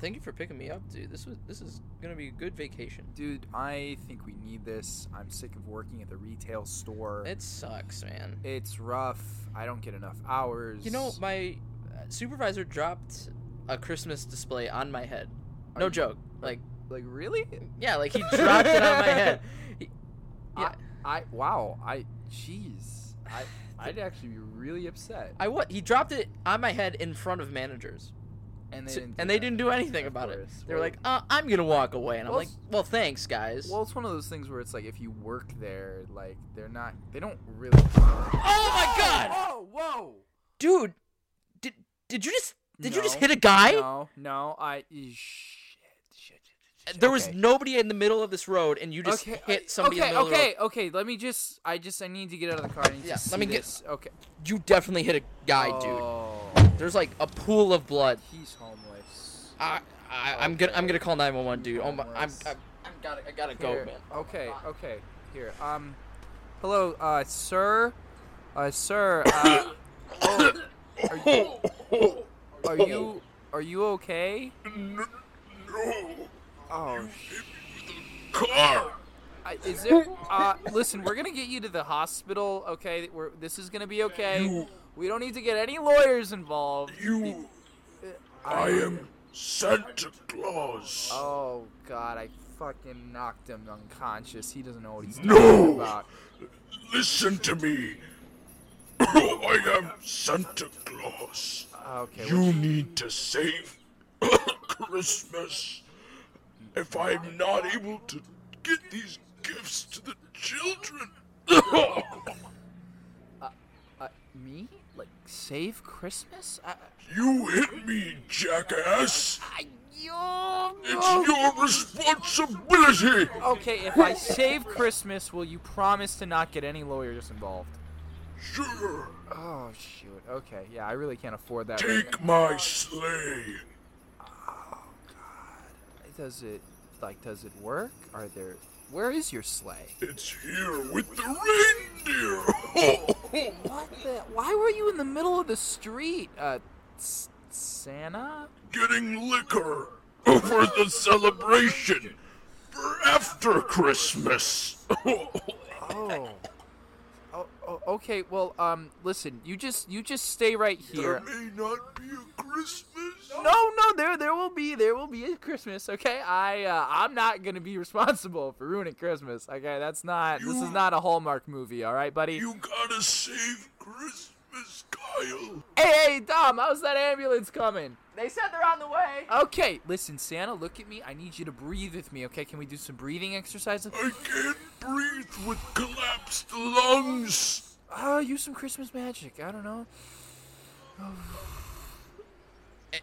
Thank you for picking me up, dude. This was this is gonna be a good vacation. Dude, I think we need this. I'm sick of working at the retail store. It sucks, man. It's rough. I don't get enough hours. You know, my uh, supervisor dropped a Christmas display on my head. Are No you- joke. Like, like really? yeah, like he dropped it on my head. He- yeah, I wow. I jeez. I I'd actually be really upset. I what? He dropped it on my head in front of managers, And they So- didn't. and do they that. didn't do anything Of about course. it. They were Well- like, uh, "I'm gonna walk away," and I'm Well, like, "Well, thanks, guys." Well, it's one of those things where it's like if you work there, like they're not. They don't really. Oh my God! Oh whoa! dude, did did you just did you just No. hit a guy? No, no, I shit, shit, shit, shit. There was okay. nobody in the middle of this road, and you just okay, hit I- somebody Okay, in the middle okay, of okay. Let me just. I just. I need to get out of the car. I need Yeah, to see let me get- this. Okay. the road. You definitely hit a guy, oh, dude. There's like a pool of blood. He's homeless. I, I I'm gonna I'm Okay. gonna call 911, dude. Oh my, I'm, Homeless. I'm I'm gotta I gotta go, Here, man. Okay, okay. Here. Um. Hello, uh, sir. Uh, sir. Uh, oh, are you? Are you? Are you okay? No, no, Oh, car. I- is there? Uh, listen, we're gonna get you to the hospital. Okay, we're. This is gonna be okay. You- We don't need to get any lawyers involved. You, I am Santa Claus. Oh God, I fucking knocked him unconscious. He doesn't know what he's No! talking about. Listen to me. I am Santa Claus. Uh, Okay. You need to save Christmas. If I'm not able to get these gifts to the children. Uh, me? Like save Christmas? I, you hit me, jackass. I, yo, It's your responsibility. Okay, if I save Christmas, will you promise to not get any lawyers involved? Sure. Oh shoot. Okay. Yeah, I really can't afford that. right Take my sleigh. now. Does it like does it work? Are there Where is your sleigh? It's here with the reindeer. What the Why were you in the middle of the street? Uh s- Santa? Getting liquor for the celebration for after Christmas. Oh. Oh, oh, okay. Well, um, listen. You just, you just stay right there here. may not be a Christmas. No, no. There, there will be, there will be a Christmas. Okay. I, uh, I'm not gonna be responsible for ruining Christmas. Okay. That's not. This is You- not a Hallmark movie. All right, buddy. You gotta save Christmas, Kyle. Hey, hey, Dom, how's that ambulance coming? They said they're on the way. Okay, listen, Santa, look at me. I need you to breathe with me, okay? Can we do some breathing exercises? I can't breathe with collapsed lungs. Oh, use some Christmas magic. I don't know.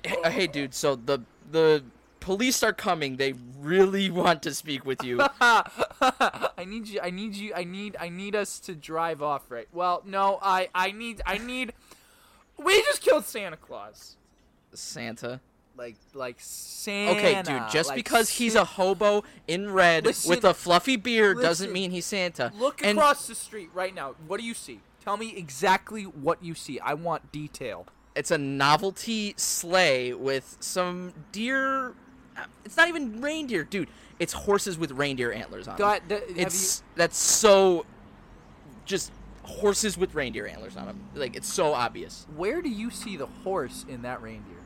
Hey, uh, hey, dude. So the the police are coming. They really want to speak with you. I need you. I need you. I need. I need us to drive off, right? Well, no. I. I need. I need. We just killed Santa Claus. Santa. Like, like Santa. Okay, dude. Just like because he's a hobo in red with Listen- a fluffy beard doesn't listen. mean he's Santa. Look and across the street right now. What do you see? Tell me exactly what you see. I want detail. It's a novelty sleigh with some deer. uh, It's not even reindeer, dude. It's horses with reindeer antlers on. 'em. God, th- have it's that's so just horses with reindeer antlers on them. Like it's so obvious. you- where do you see the horse in that reindeer?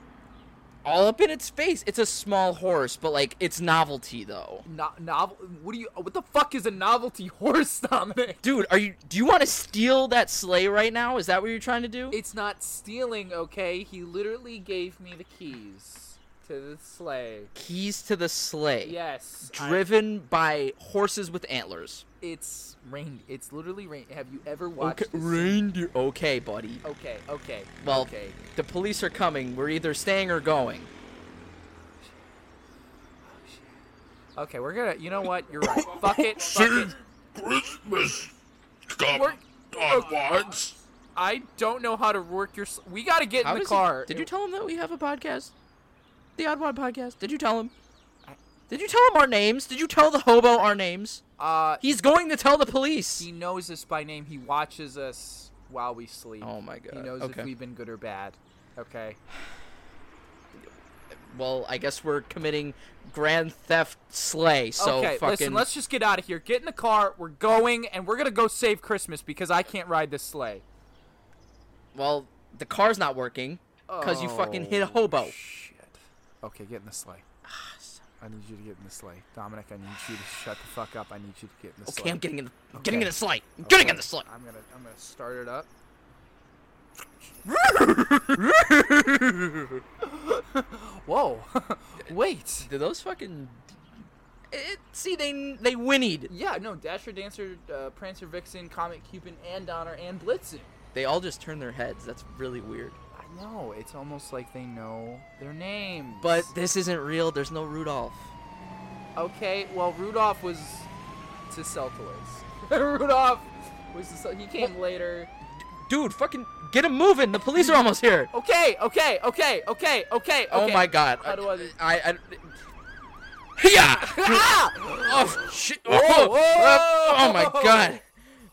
All up in its face. It's a small horse, but like it's novelty though. No, novel. What do you? What the fuck is a novelty horse, Dominic? Dude, are you? Do you want to steal that sleigh right now? Is that what you're trying to do? It's not stealing, okay? He literally gave me the keys to the sleigh. Keys to the sleigh. Yes, I- Driven by horses with antlers. it's rain. It's literally rain. Have you ever watched? this- reindeer. Okay, buddy. Okay, okay. Well, okay. the police are coming. We're either staying or going. Okay, we're gonna. You know what? You're right. fuck it. Fuck it. Save Christmas. Come We're- Oh on, lads. I don't know how to work your. s we gotta get in the does he- car. did you tell him that we have a podcast? The Odd Wad podcast. Did you tell him? Did you tell him our names? Did you tell the hobo our names? Uh, He's going to tell the police. he knows us by name. He watches us while we sleep. Oh my He God, knows okay. if we've been good or bad. Okay. well, I guess we're committing grand theft sleigh. So okay, fucking listen, let's just get out of here. Get in the car. We're going, and we're gonna go save Christmas because I can't ride this sleigh. well, the car's not working because you fucking hit a Oh, hobo. Shit. Okay, get in the sleigh. I need you to get in the sleigh, Dominic. I need you to shut the fuck up. I need you to get in the Okay, sleigh. I'm getting in. The, I'm getting in Okay. the sleigh. I'm getting in Okay, the sleigh. I'm gonna I'm gonna start it up. Whoa! Wait. Did those fucking? It, see, they they whinnied. Yeah, no. Dasher, Dancer, uh, Prancer, Vixen, Comet, Cupid, and Donner, and Blitzen. They all just turned their heads. That's really weird. I know. It's almost like they know their names. But this isn't real. There's no Rudolph. okay, well Rudolph was to Celtoids. Rudolph was to Cel- he Oh. came later. Dude, fucking get him moving. The police are almost here. Okay, okay, okay, okay, okay. Oh okay. my god. How do I do- I. I, yeah. Ah! Oh shit. Oh, Whoa, oh, oh my whoa. god.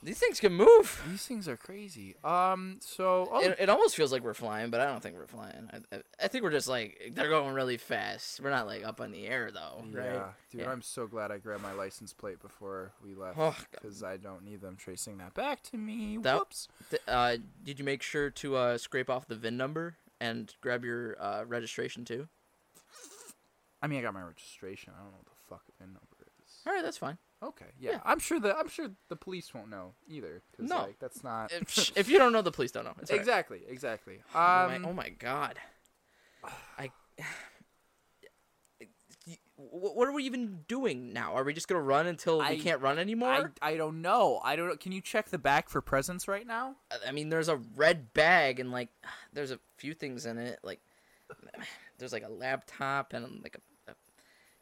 These things can move. These things are crazy. Um, so oh, It, it almost feels like we're flying, but I don't think we're flying. I, I, I think we're just like they're going really fast. We're not like up in the air though, right? Yeah, dude, Yeah. I'm so glad I grabbed my license plate before we left Oh, because I don't need them tracing that back to me. That- Whoops. Th- uh, did you make sure to uh, scrape off the VIN number and grab your uh, registration too? I mean, I got my registration. I don't know what the fuck the VIN number is. All right, that's fine. Okay, yeah, Yeah. I'm sure the I'm sure the police won't know either. 'cause, No. like, that's not If, sh- if you don't know, the police don't know. It's all right. exactly exactly. Um, Oh my- oh my god. I. Y- wh- What are we even doing now? Are we just gonna run until I- we can't run I, anymore? I don't know. I don't. know. Can you check the back for presents right now? I, I mean, there's a red bag and like, there's a few things in it. Like, there's like a laptop and like a. a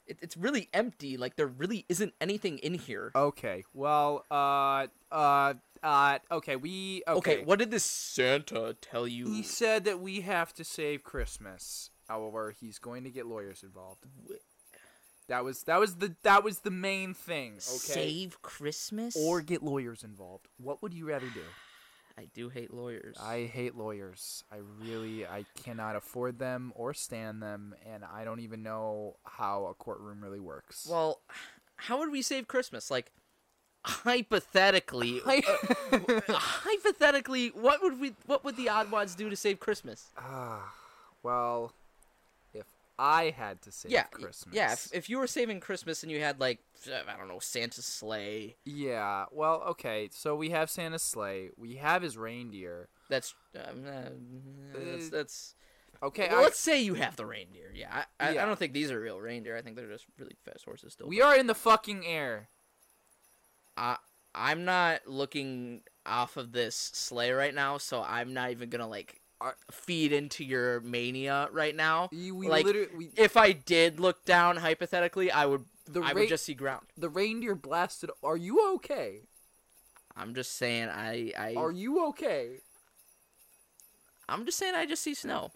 it, it's really empty. Like there really isn't anything in here. Okay. Well, uh, uh, uh. Okay, we Okay, what did this Santa tell you? He said that we have to save Christmas. However, he's going to get lawyers involved. That was that was the that was the main thing. Okay. Save Christmas? Or get lawyers involved. What would you rather do? I do hate lawyers. I hate lawyers. I really I cannot afford them or stand them, and I don't even know how a courtroom really works. Well, how would we save Christmas? Like, hypothetically, uh, hypothetically, what would we? What would the Oddwads do to save Christmas? Ah, well, if I had to save yeah, y- Christmas, yeah. If, if you were saving Christmas and you had like, I don't know, Santa's sleigh. yeah. Well, okay. So we have Santa's sleigh. We have his reindeer. That's um, uh, that's. that's Uh, Okay, well, I- let's say you have the reindeer. Yeah, I, I, Yeah. I don't think these are real reindeer. I think they're just really fast horses. Still, we are in the fucking air. I I'm not looking off of this sleigh right now, so I'm not even gonna like Are- feed into your mania right now. We, we like literally we, if I did look down hypothetically, I would The ra- I would just see ground. the reindeer blasted. Are you okay? I'm just saying I I Are you okay? I'm just saying I just see snow.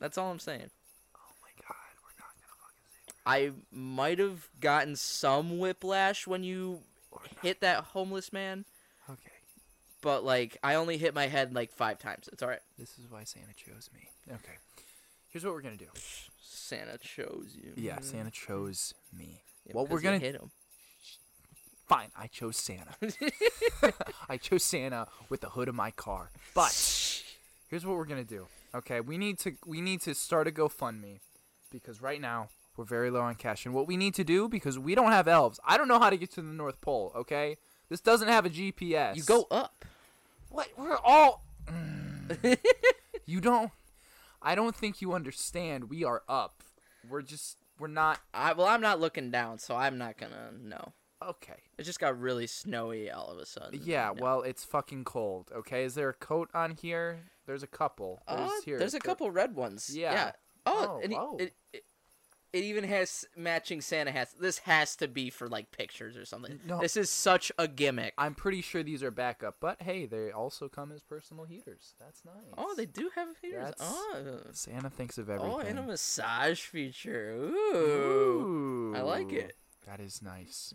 That's all I'm saying. Oh my god, we're not gonna fucking save. I might have gotten some whiplash when you hit that homeless man, Okay, but like I only hit my head like 5 times. It's all right. this is why Santa chose me. Okay, here's what we're gonna do. Santa chose you. Yeah, Santa chose me. Yeah, what we're 'cause you gonna hit him. fine, I chose Santa. I chose Santa with the hood of my car. But here's what we're gonna do. Okay, we need to we need to start a GoFundMe because right now we're very low on cash. And what we need to do because we don't have elves. I don't know how to get to the North Pole. Okay, this doesn't have a GPS. You go up. What? We're all. Mm. you don't. I don't think you understand. We are up. We're just. We're not. I well, I'm not looking down, so I'm not gonna know. Okay. It just got really snowy all of a sudden. Yeah, well, it's fucking cold. Okay, is there a coat on here? There's a couple. There's Uh, here. there's a There- couple red ones. Yeah. Yeah. Oh, Oh, and it- oh. It, it, it even has matching Santa hats. This has to be for like pictures or something. No. This is such a gimmick. I'm pretty sure these are backup, but hey, they also come as personal heaters. That's nice. oh, they do have heaters. That's- Oh. Santa thinks of Oh, and a everything. massage feature. Ooh. I like Ooh, it. That is nice.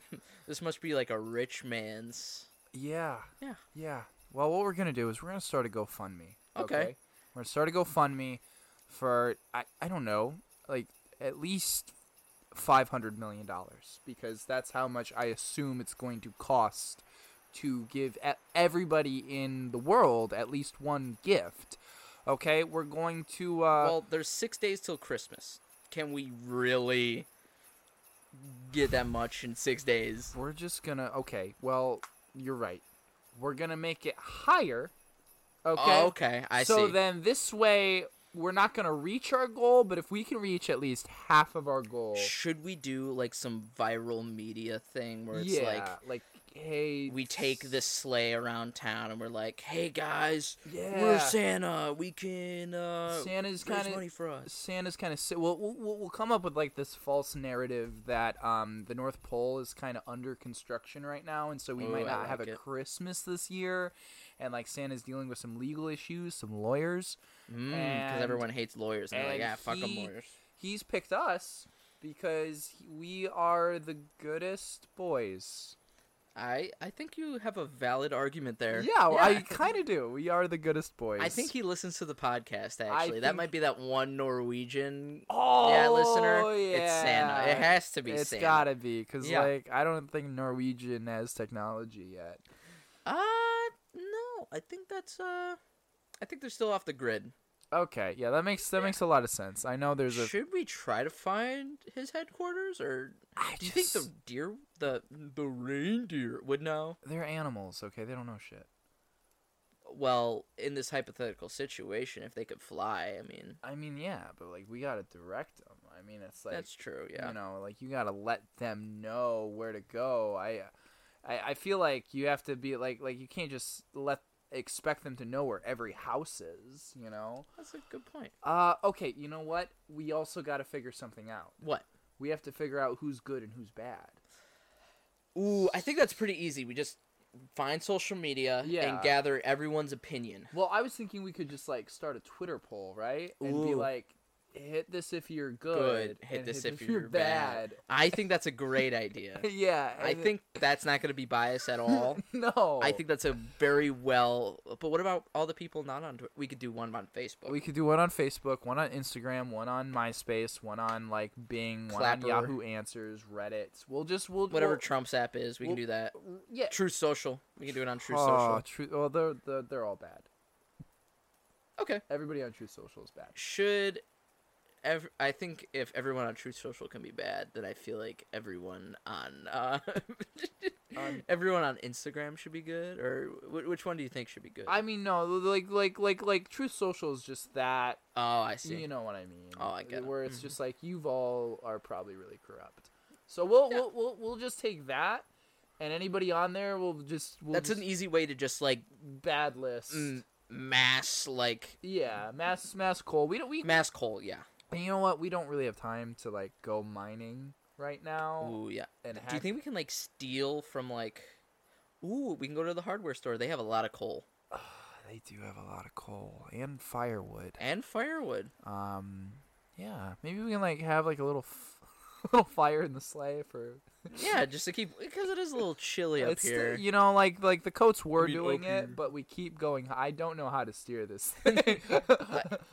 This must be like a rich man's. Yeah. Yeah. Yeah. Well, what we're gonna do is we're gonna start a GoFundMe. Okay. We're gonna start a GoFundMe for I I don't know like at least five hundred million dollars because that's how much I assume it's going to cost to give e- everybody in the world at least one gift. Okay, we're going to. Uh, Well, there's six days till Christmas. Can we really get that much in six days? We're just gonna okay. Well, you're right. We're gonna make it higher. Okay. Oh, okay, I so see. then this way we're not gonna reach our goal, but if we can reach at least half of our goal, Should we do like some viral media thing where it's yeah, like like hey, we take this sleigh around town and we're like, "Hey guys, Yeah. we're Santa. We can uh, Santa's raise kinda- money for us." Santa's kind of si- well, we'll we'll we'll come up with like this false narrative that um the North Pole is kind of under construction right now, and so we Ooh, might I not have like a it. Christmas this year, and like Santa's dealing with some legal issues, some lawyers. Because and- Hmm, everyone hates lawyers. And they're and like, "Yeah, fuck 'em he- lawyers." he's picked us because we are the goodest boys. I I think you have a valid argument there. Yeah, well, I think- kind of do. We are the goodest boys. I think he listens to the podcast. Actually, that think- might be that one Norwegian Oh, yeah, listener, it's Santa. It yeah. has to be It's Santa. gotta be because Yeah. like I don't think Norwegian has technology yet. Uh, no, I think that's uh, I think they're still off the grid. Okay, yeah, that makes that makes a lot of sense. I know there's a. Should we try to find his headquarters, or I do you think the just- deer, the the reindeer would know? they're animals? Okay, they don't know shit. Well, in this hypothetical situation, if they could fly, I mean, I mean, yeah, but like we gotta direct them. I mean, it's like that's true. Yeah, you know like you gotta let them know where to go I, I i feel like you have to be like like you can't just let expect them to know where every house is you know that's a good point. uh okay you know what we also gotta figure something out What? we have to figure out who's good and who's bad Ooh, I think that's pretty easy. We just find social media Yeah. and gather everyone's opinion. well i was thinking we could just like start a twitter poll right and be Ooh. like hit this if you're good, Good. Hit and this if you're, bad. I think that's a great idea. bad. yeah I and- think that's not going to be biased at all. no I think that's a very well. But what about all the people not on Twitter? We could do one on Facebook. We could do one on Facebook, one on Instagram, one on MySpace, one on like Bing, Clapper. one on Yahoo Answers, Reddit. We'll just we'll Whatever we'll- Trump's app is, we can do that. yeah. True Social. We can do it on True Oh, Social. true. Well, they're, they're they're all bad. Okay. Everybody on True Social is bad. Should. Ev- I think if everyone on True Social can be bad, then I feel like everyone on uh, On- everyone on Instagram should be good. Or wh- which one do you think should be good? I mean, no, like like like like True Social is just that. oh, I see. You know what I mean? Oh, I get it. Where it's just like you've all are probably really corrupt. So we'll we'll, we'll we'll just take that, and anybody on there will just we'll That's just an e-, Mm. easy way to just like bad list. m- mass like Yeah, mass mass coal. We don't we mass coal. Yeah. And you know what? We don't really have time to like go mining right now. Ooh, yeah. and Do you Oh, hack- think we can like steal from like? Ooh, we can go to the hardware store. They have a lot of coal They do have a lot of coal and firewood. and firewood. Um, yeah, maybe we can like have like a little f- little fire in the sleigh for. Yeah, just to keep because it is a little chilly up It's still- here. you know, like like the coats were mean, doing opium. it, but we keep going. I don't know how to steer this. Thing.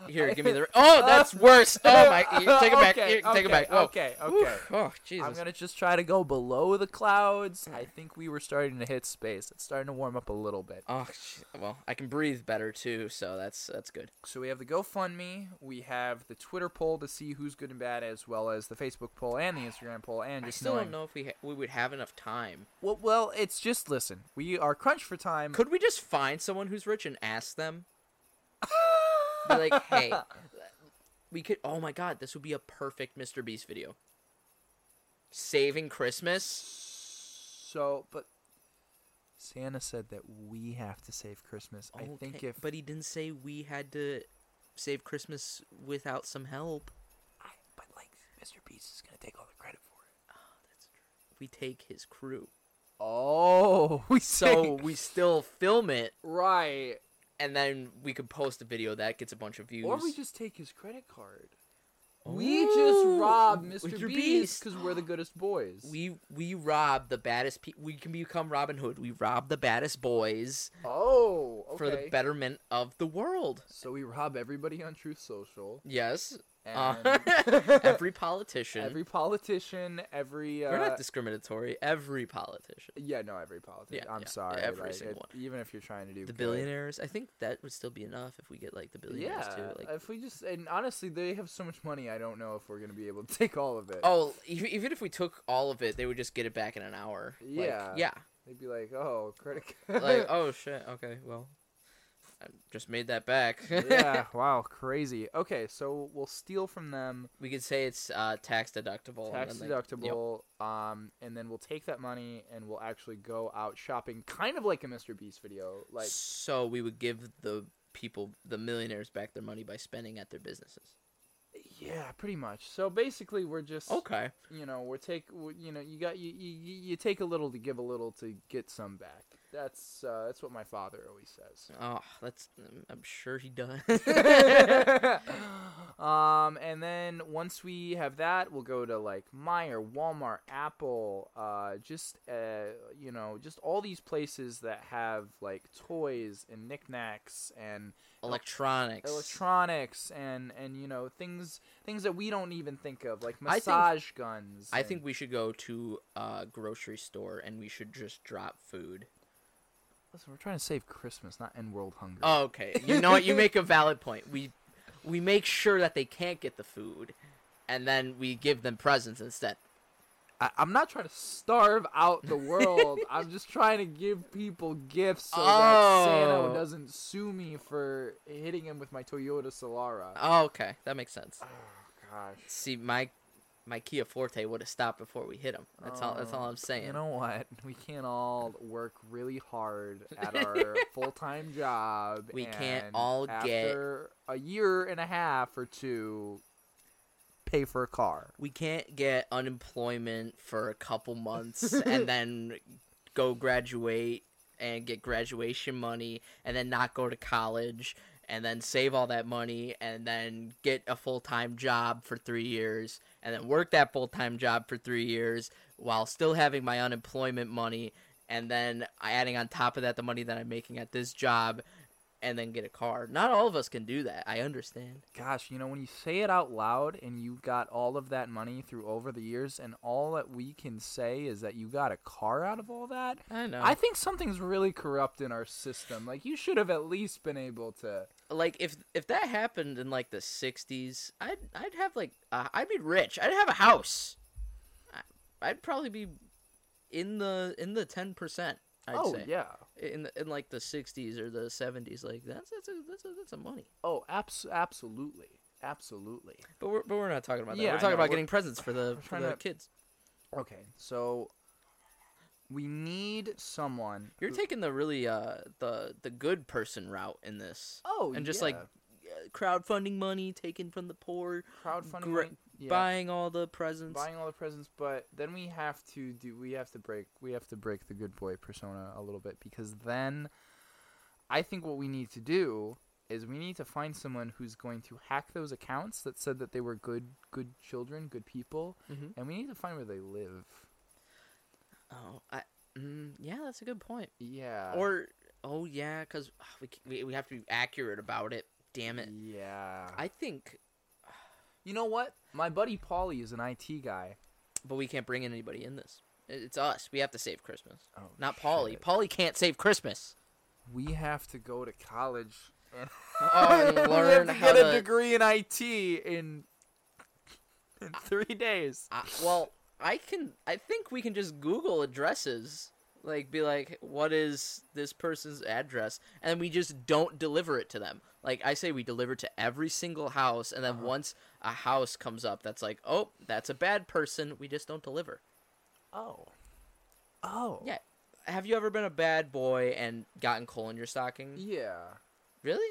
Here, give me the. Oh, that's worse. Oh my! Here, take it back. Uh, Okay, Here, take okay, it back. Whoa. Okay, Whew. okay. Oh Jesus. I'm gonna just try to go below the clouds. I think we were starting to hit space. It's starting to warm up a little bit. Oh sh- well, I can breathe better too, so that's that's good. So we have the GoFundMe, we have the Twitter poll to see who's good and bad, as well as the Facebook poll and the Instagram poll, and I just still knowing. don't know if we ha- we would have enough time. Well, well, it's just listen. We are crunched for time. Could we just find someone who's rich and ask them? Be like, hey, we could. Oh my god, this would be a perfect Mr. Beast video. Saving Christmas. so, but Santa said that we have to save Christmas. I think Okay, if but he didn't say we had to save Christmas without some help. I, but like Mr. Beast is gonna take all the credit for it. We take his crew, Oh, we so so we still film it, right, and then we could post a video that gets a bunch of views. or we just take his credit card. We just Ooh, robbed with Mr. your Oh, Beast Beast. because we're the goodest boys. we we rob the baddest. Pe- we can become Robin Hood. We rob the baddest boys oh, okay. for the betterment of the world. So we rob everybody on Truth Social. Yes, Uh, and every politician. every politician, every uh, We're not discriminatory. Every politician. yeah, no, every politician. Yeah, I'm yeah, sorry, every like, single it- even if you're trying to do The good. billionaires. I think that would still be enough if we get like the billionaires Yeah, too. Like, if we just and honestly, they have so much money. I don't know if we're gonna be able to take all of it. oh, ev- even if we took all of it, they would just get it back in an hour. Like, Yeah. yeah. they'd be like, oh, credit. Like, oh shit. Okay. Well, I just made that back. yeah, wow, crazy. Okay, so we'll steal from them, we could say it's uh, tax deductible. and tax then, like, yep. deductible, um, and then we'll take that money and we'll actually go out shopping, kind of like a Mr. Beast video. Like, so we would give the people, the millionaires, back their money by spending at their businesses. yeah, pretty much. So basically, we're just, Okay. you know, we're take, we- you know, you got you, you you you take a little to give a little to get some back. That's uh, that's what my father always says. Oh, that's. I'm sure he does. um, and then once we have that, we'll go to like Meyer, Walmart, Apple, uh, just uh, you know, just all these places that have like toys and knickknacks and Electronics. electronics and and you know things things that we don't even think of like I think- massage guns. I and- think we should go to a grocery store and we should just drop food. Listen, we're trying to save Christmas, not end world hunger. Oh, okay. You know what? You make a valid point. We we make sure that they can't get the food, and then we give them presents instead. I, I'm not trying to starve out the world. I'm just trying to give people gifts so that Oh. Santa doesn't sue me for hitting him with my Toyota Solara. Oh, okay, that makes sense. Gosh. See, my my Kia Forte would have stopped before we hit him. That's all. That's all I'm saying. Oh. You know what? We can't all work really hard at our full time job. We can't and all get- after a year and a half or two pay for a car. we can't get unemployment for a couple months and then go graduate and get graduation money and then not go to college and then save all that money and then get a full-time job for 3 years and then work that full-time job for 3 years while still having my unemployment money and then adding on top of that the money that I'm making at this job and then get a car. Not all of us can do that. I understand. gosh, you know, when you say it out loud and you got all of that money through over the years, and all that we can say is that you got a car out of all that, I know. I think something's really corrupt in our system. Like, you should have at least been able to. like if if that happened in like the 60s i'd i'd have like uh, i'd be rich i'd have a house I- i'd probably be in the in the 10% i'd oh, say yeah. in the, in like the 60s or the 70s like that's that's a, that's a, that's a money Oh, abs- absolutely. Absolutely. but we're, but we're not talking about that Yeah, we're I talking know, about we're- getting presents for the for trying the to- kids Okay, so we need someone. you're taking the really uh the the good person route in this Oh, and just yeah. like uh, crowdfunding money taken from the poor crowdfunding. gra- money- yeah. buying all the presents buying all the presents but then we have to do we have to break we have to break the good boy persona a little bit because then i think what we need to do is we need to find someone who's going to hack those accounts that said that they were good good children good people Mhm. and we need to find where they live oh i mm, yeah that's a good point yeah or oh yeah because we, c- we we have to be accurate about it damn it yeah i think you know what my buddy paulie is an it guy but we can't bring in anybody in this I- it's us we have to save christmas Oh, not polly shit. polly can't save christmas we have to go to college and oh and we have learn to how get a to degree in it in in three days I, well i can i think we can just google addresses like be like what is this person's address and we just don't deliver it to them like i say we deliver to every single house and then once a house comes up that's like oh that's a bad person we just don't deliver Oh. Oh. Yeah. Have you ever been a bad boy and gotten coal in your stocking? Yeah. Really?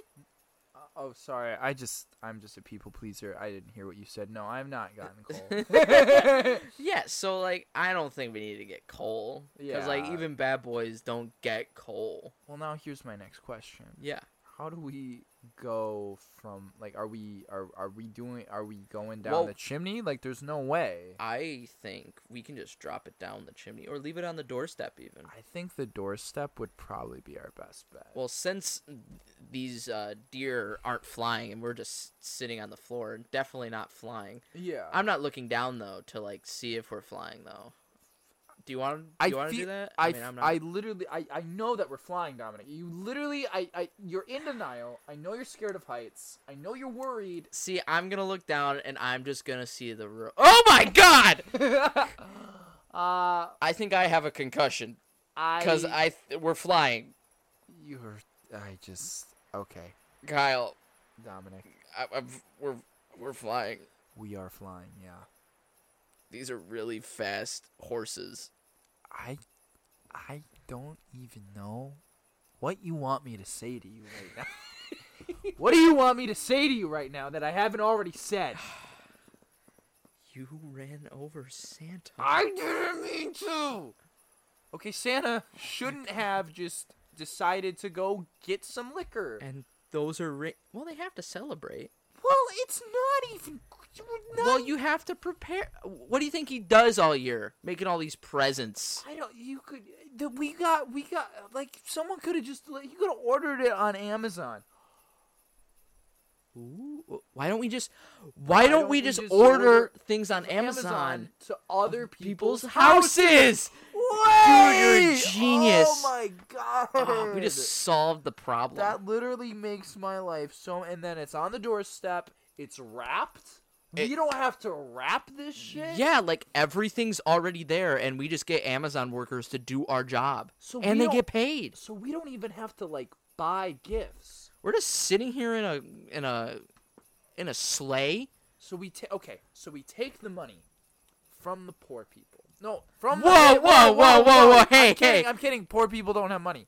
Uh, oh, sorry. I just I'm just a people pleaser. I didn't hear what you said. No, I've not gotten cold. Yeah. So like, I don't think we need to get coal because like Yeah. even bad boys don't get coal. well, now here's my next question. Yeah. How do we go from like are we are are we doing are we going down Well- the chimney? Like there's no way. I think we can just drop it down the chimney or leave it on the doorstep even. I think the doorstep would probably be our best bet. Well, since these uh, deer aren't flying and we're just sitting on the floor and definitely not flying. Yeah. I'm not looking down though to like see if we're flying though. Do you want to? Do you want to do feel- that? I, mean, f- I'm I literally, I, I know that we're flying, Dominic. You literally, I, I, you're in denial. I know you're scared of heights. I know you're worried. See, I'm gonna look down and I'm just gonna see the room. Oh my god! Uh, I think I have a concussion I, because I, th- we're flying, you're, I just, okay, Kyle. Dominic, I, I'm, we're we're flying. we are flying. Yeah. These are really fast horses. I, I don't even know what you want me to say to you right now. what do you want me to say to you right now that I haven't already said? You ran over Santa. I didn't mean to. Okay, Santa shouldn't have just decided to go get some liquor. and those are ri- well, they have to celebrate. Well, it's not even. you would not- Well, you have to prepare. What do you think he does all year, making all these presents? I don't. You could. The, we got. We got. Like someone could have just. You could have ordered it on Amazon. Ooh, why don't we just? Why, don't, don't we we just, just order, order things on Amazon, to other people's, people's houses. houses? Wait! Dude, you're a genius. Oh my god. Ah, we just solved the problem. That literally makes my life so. And then it's on the doorstep. It's wrapped. It- you don't have to wrap this shit. Yeah, like everything's already there, and we just get Amazon workers to do our job, So we and they don't- get paid. So we don't even have to like buy gifts. We're just sitting here in a in a in a sleigh. So we take okay. So we take the money from the poor people. No, from Whoa, the, whoa, whoa, whoa, whoa, hey, I'm kidding, hey. I'm kidding. Poor people don't have money.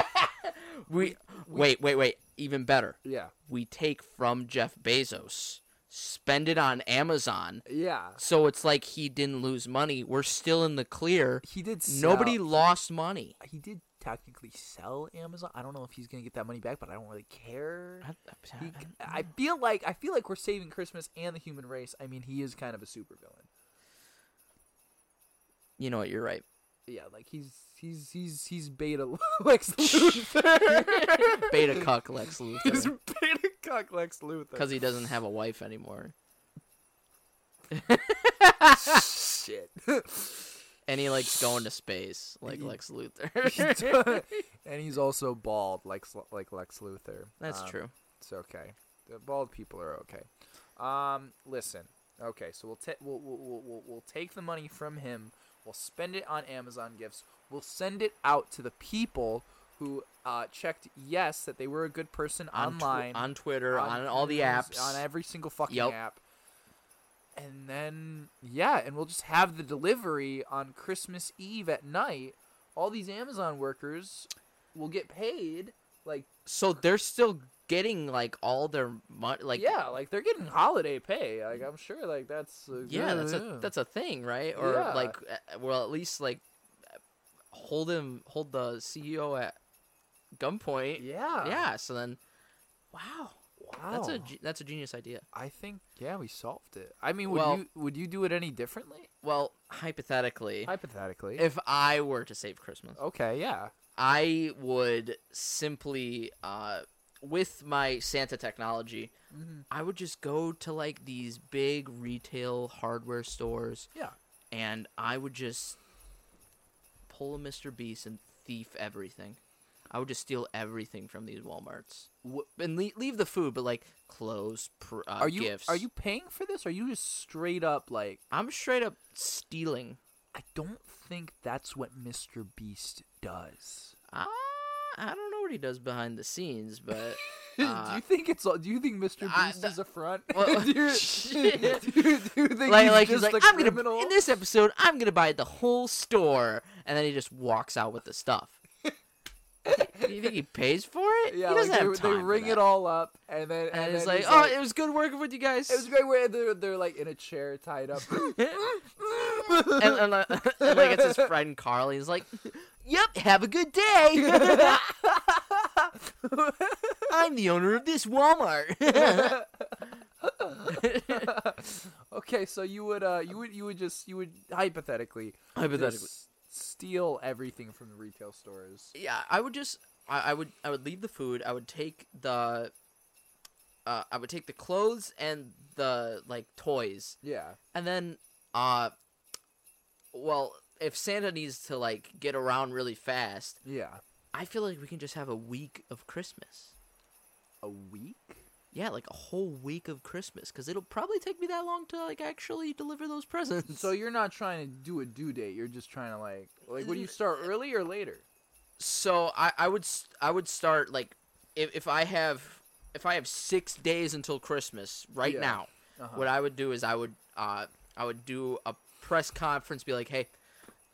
we wait, wait, wait. Even better, Yeah, we take from Jeff Bezos, spend it on Amazon, yeah. so it's like he didn't lose money. We're still in the clear. He did. Sell, Nobody lost money. He did technically sell Amazon. I don't know if he's gonna get that money back, but I don't really care. I- I- He- I feel like I feel like we're saving Christmas and the human race. I mean, he is kind of a supervillain. you know what? You're right. Yeah, like he's he's he's he's beta Lex Luthor. Beta cuck Lex he's Luthor beta cock Lex Luthor. because he doesn't have a wife anymore, shit. and he likes going to space like Lex He Luthor. does- and he's also bald, like Sl- like Lex Luthor. That's Um, true. It's okay. The bald people are okay. Um, listen. Okay, so we'll, ta- we'll, we'll we'll we'll we'll take the money from him. We'll spend it on Amazon gifts. We'll send it out to the people who uh, checked yes that they were a good person On tw- online on Twitter, on, on all the news, apps. on every single fucking Yep. app. And then yeah, and we'll just have the delivery on Christmas Eve at night. All these Amazon workers will get paid like so they're still getting like all their money. Like yeah, like they're getting holiday pay. Like I'm sure like that's uh, yeah, that's yeah. a that's a thing, right? Or Yeah. like, uh, well, at least like uh, hold him, hold the CEO at gunpoint. yeah. yeah. So then, wow, Wow. that's a ge- that's a genius idea. I think yeah, we solved it. I mean, would Well- you would you do it any differently? Well, hypothetically, Hypothetically. if I were to save Christmas, okay, yeah. I would simply, uh, with my Santa technology, Mm-hmm. I would just go to like these big retail hardware stores Yeah. and I would just pull a Mr. Beast and thief everything. I would just steal everything from these WalMarts w- and le- leave the food, but like clothes, pr- uh, Are you gifts. are you paying for this? Or are you just straight up like I'm straight up stealing. I don't think that's what Mr. Beast does. I, I don't know what he does behind the scenes, but do uh, you think it's all? Do you think Mr. I- Beast the- is a front? Well- do, you, do you- do you think like he's like he's just like a I'm criminal? gonna in this episode I'm gonna buy the whole store, and then he just walks out with the stuff. Do you think he pays for it? yeah, like he doesn't they, have they time for ring that. it all up, and then and, it's then like, he's oh, it was good working with you guys. It was a great where they're, they're like in a chair tied up. and, and, uh, and, like it's his friend Carly. He's like, "Yep, have a good day. I'm the owner of this Walmart." okay, so you would uh you would you would just you would hypothetically Hypothetically. just steal everything from the retail stores. yeah, I would just I, I would I would leave the food. I would take the. Uh, I would take the clothes and the like toys, Yeah. and then, uh, well, if Santa needs to like get around really fast, Yeah. I feel like we can just have a week of Christmas. A week? Yeah, like a whole week of Christmas, because it'll probably take me that long to like actually deliver those presents. So you're not trying to do a due date. You're just trying to like like would you start early or later? so I, I would s- I would start like if, if I have if I have six days until Christmas right Yeah. now, Uh-huh. what I would do is I would uh, I would do a press conference, be like, hey,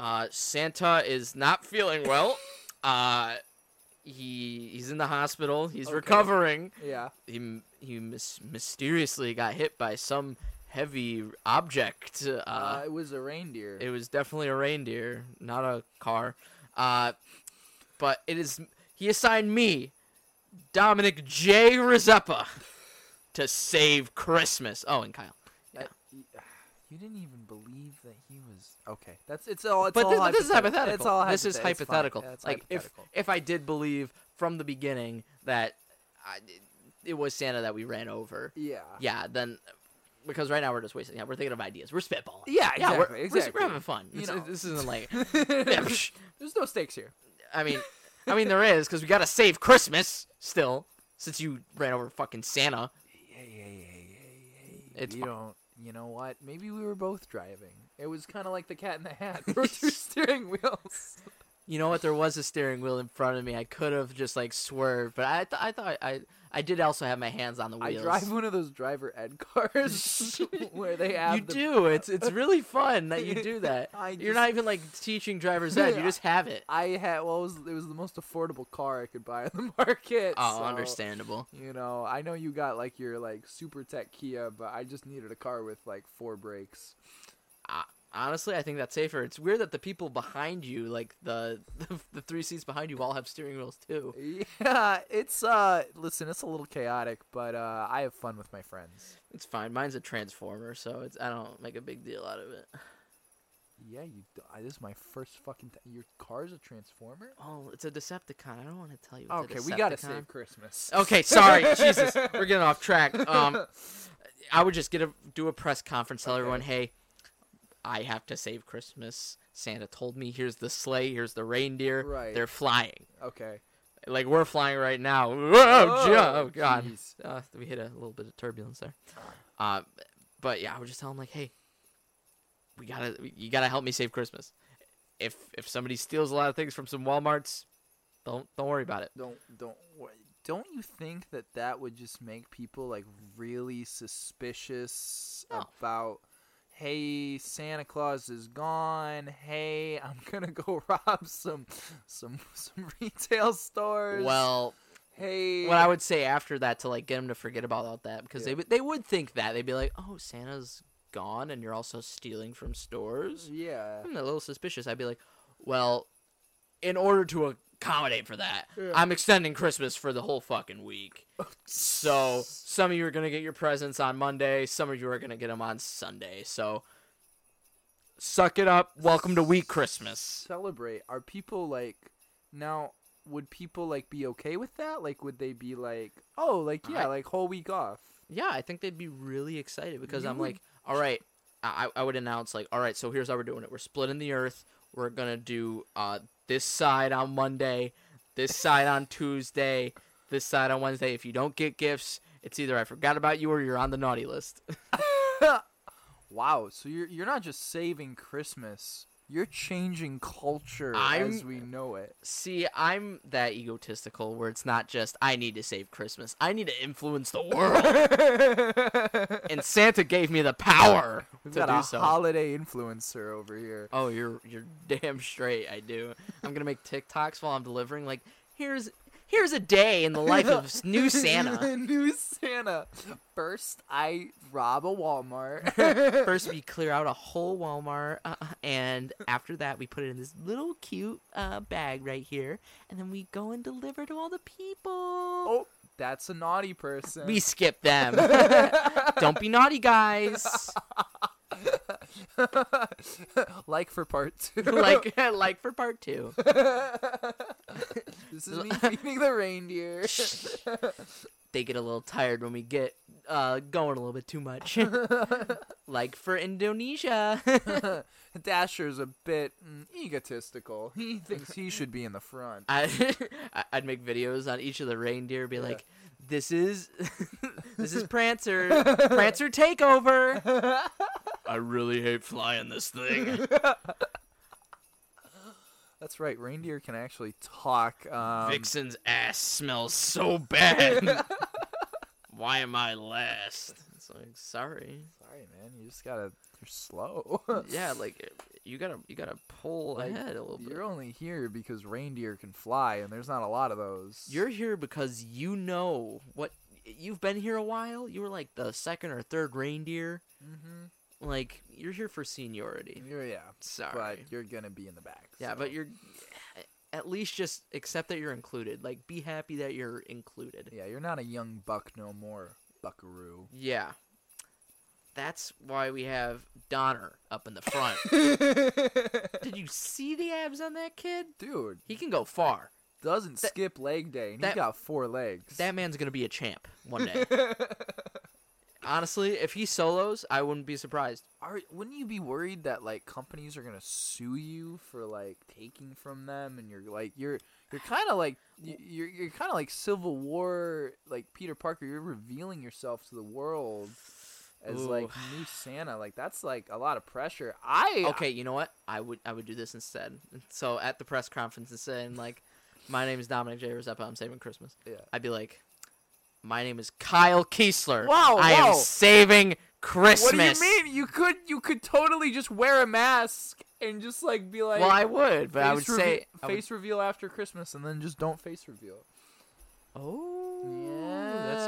uh, Santa is not feeling well. uh, he he's in the hospital. He's recovering. Yeah. He m- he mis- mysteriously got hit by some heavy object. Uh, Uh, it was a reindeer. it was definitely a reindeer, not a car. Uh, but it is. He assigned me, Dominic J. Rizeppa, to save Christmas. Oh, and Kyle. That- you didn't even believe that he was okay. That's it's all. It's But all thi- this, is hypothetical. hypothetical. It's all this is hypothet- it's fine. hypothetical. Yeah, it's like hypothetical. if if I did believe from the beginning that I, it was Santa that we ran over. yeah. Yeah. Then. Because right now we're just wasting. Yeah, we're thinking of ideas. We're spitballing. Yeah, yeah, we're, exactly, we're- exactly. We're, having fun. You It's- know. This isn't like, yeah, psh, There's no stakes here. I mean, I mean there is because we gotta save Christmas still. Since you ran over fucking Santa, Hey, hey, hey, hey, hey. It's you fine. don't. You know what? Maybe we were both driving. It was kind of like the Cat in the Hat. There were two steering wheels. you know what? There was a steering wheel in front of me. I could have just like swerved, but I, th- I thought I, I did also have my hands on the I wheels. drive one of those driver ed cars where they have you the do. It's it's really fun that you do that. I just- You're not even like teaching driver's ed. You just have it. I had well, it was, it was the most affordable car I could buy on the market. Oh, so, understandable. You know, I know you got like your like super tech Kia, but I just needed a car with like four brakes. Honestly, I think that's safer. It's weird that the people behind you, like the the, the three seats behind you, all have steering wheels too. Yeah, it's uh, listen, it's a little chaotic, but uh, I have fun with my friends. It's fine. Mine's a transformer, so it's I don't make a big deal out of it. Yeah, you. d- I- This is my first fucking. T- your car's a transformer. Oh, it's a Decepticon. I don't want to tell you. It's Okay, a we gotta Decepticon. save Christmas. Okay, sorry, Jesus, we're getting off track. Um, I would just get a do a press conference, tell everyone, hey, I have to save Christmas. Santa told me, here's the sleigh, here's the reindeer. Right. They're flying. Okay. Like we're flying right now. Whoa, Oh, gee- oh God, jeez. uh, we hit a little bit of turbulence there. Uh, but yeah, I would just tell them like, hey, we gotta, you gotta help me save Christmas. If if somebody steals a lot of things from some WalMarts, don't don't worry about it. Don't don't wor- don't you think that that would just make people like really suspicious No. about hey Santa Claus is gone hey I'm gonna go rob some some some retail stores Well, hey what I would say after that to like get them to forget about all that because they Yeah. would they would think that they'd be like, oh, Santa's gone and you're also stealing from stores. yeah I'm a little suspicious. I'd be like, well, in order to accommodate for that, Yeah. I'm extending Christmas for the whole fucking week. so some of you are gonna get your presents on Monday. Some of you are gonna get them on Sunday. So suck it up. Welcome to week Christmas. celebrate are people like now would people like be okay with that like would they be like oh like yeah I- like whole week off Yeah, I think they'd be really excited because You I'm would- like, all right, I, I would announce like, all right, so here's how we're doing it. We're splitting the earth. We're gonna do uh this side on Monday, this side on Tuesday, this side on Wednesday. If you don't get gifts, it's either I forgot about you or you're on the naughty list. Wow, so you're you're not just saving Christmas. You're changing culture as I'm- we know it. See, I'm that egotistical where it's not just I need to save Christmas. I need to influence the world. and Santa gave me the power We've to got do a so. holiday influencer over here. Oh, you're you're damn straight. I do. I'm gonna make TikToks while I'm delivering. Like, here's here's a day in the life of s- new Santa. New Santa. First, I rob a Walmart. First, we clear out a whole Walmart, uh, and after that, we put it in this little cute uh, bag right here, and then we go and deliver to all the people. oh, that's a naughty person. We skip them. Don't be naughty, guys. like for part two. like like for part two. this is me feeding the reindeer. They get a little tired when we get uh, going a little bit too much. like for Indonesia. Dasher's a bit mm, egotistical. He thinks he should be in the front. I, I- I'd make videos on each of the reindeer, be like, "This is, this is Prancer, Prancer takeover." I really hate flying this thing. That's right. Reindeer can actually talk. Um, Vixen's ass smells so bad. Why am I last? It's like, sorry. Sorry, man. You just gotta. You're slow. Yeah, like you gotta you gotta pull ahead a little bit. You're only here because reindeer can fly, and there's not a lot of those. You're here because you know what you've been here a while. You were like the second or third reindeer. Mm-hmm. Like you're here for seniority. You're- yeah. Sorry. But you're gonna be in the back. Yeah, so. but you're at least just accept that you're included. Like be happy that you're included. Yeah, you're not a young buck no more, buckaroo. Yeah. That's why we have Donner up in the front. Did you see the abs on that kid? Dude He can go far. doesn't skip leg day, and he that- got four legs. That man's going to be a champ one day. Honestly, if he solos, I wouldn't be surprised. Are, wouldn't you be worried that like companies are gonna sue you for like taking from them, and you're like you're you're kind of like you- you're you're kind of like Civil War like Peter Parker. You're revealing yourself to the world as Ooh. like new Santa. Like that's like a lot of pressure. I Okay, you know what? I would I would do this instead. So at the press conference and saying like, my name is Dominic J. Roseppa. I'm saving Christmas. Yeah. I'd be like, my name is Kyle Keesler. Whoa, I am whoa. saving Christmas. What do you mean? You could you could totally just wear a mask and just like be like Well, I would, but I would face reve- say I would- face reveal after Christmas, and then just don't face reveal. Oh, Yeah, that's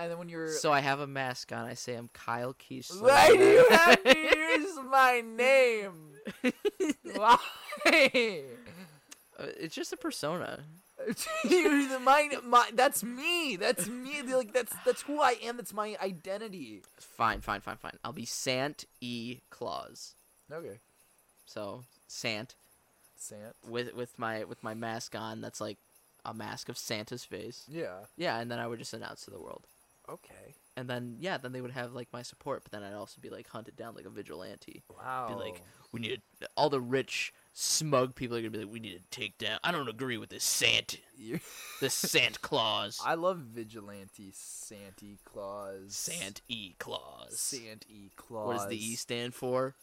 And then when you're good. So I have a mask on. I say I'm Kyle Keesler. Why do you have to use my name? Why? Uh, It's just a persona. Use my, my, that's me. That's me. They're Like that's that's who I am. That's my identity. Fine, fine, fine, fine. I'll be Sant E. Claus. Okay. So Sant Sant. with with my with my mask on. That's like a mask of Santa's face. Yeah. Yeah, and then I would just announce to the world. Okay. And then yeah, then they would have like my support, but then I'd also be like hunted down like a vigilante. Wow. Be like, we need to, all the rich smug people are gonna be like, we need to take down. I don't agree with this Sant, You're- this Sant Claus, I love vigilante Santa Claus. Sant E Claus. Sant E Claus. What does the E stand for?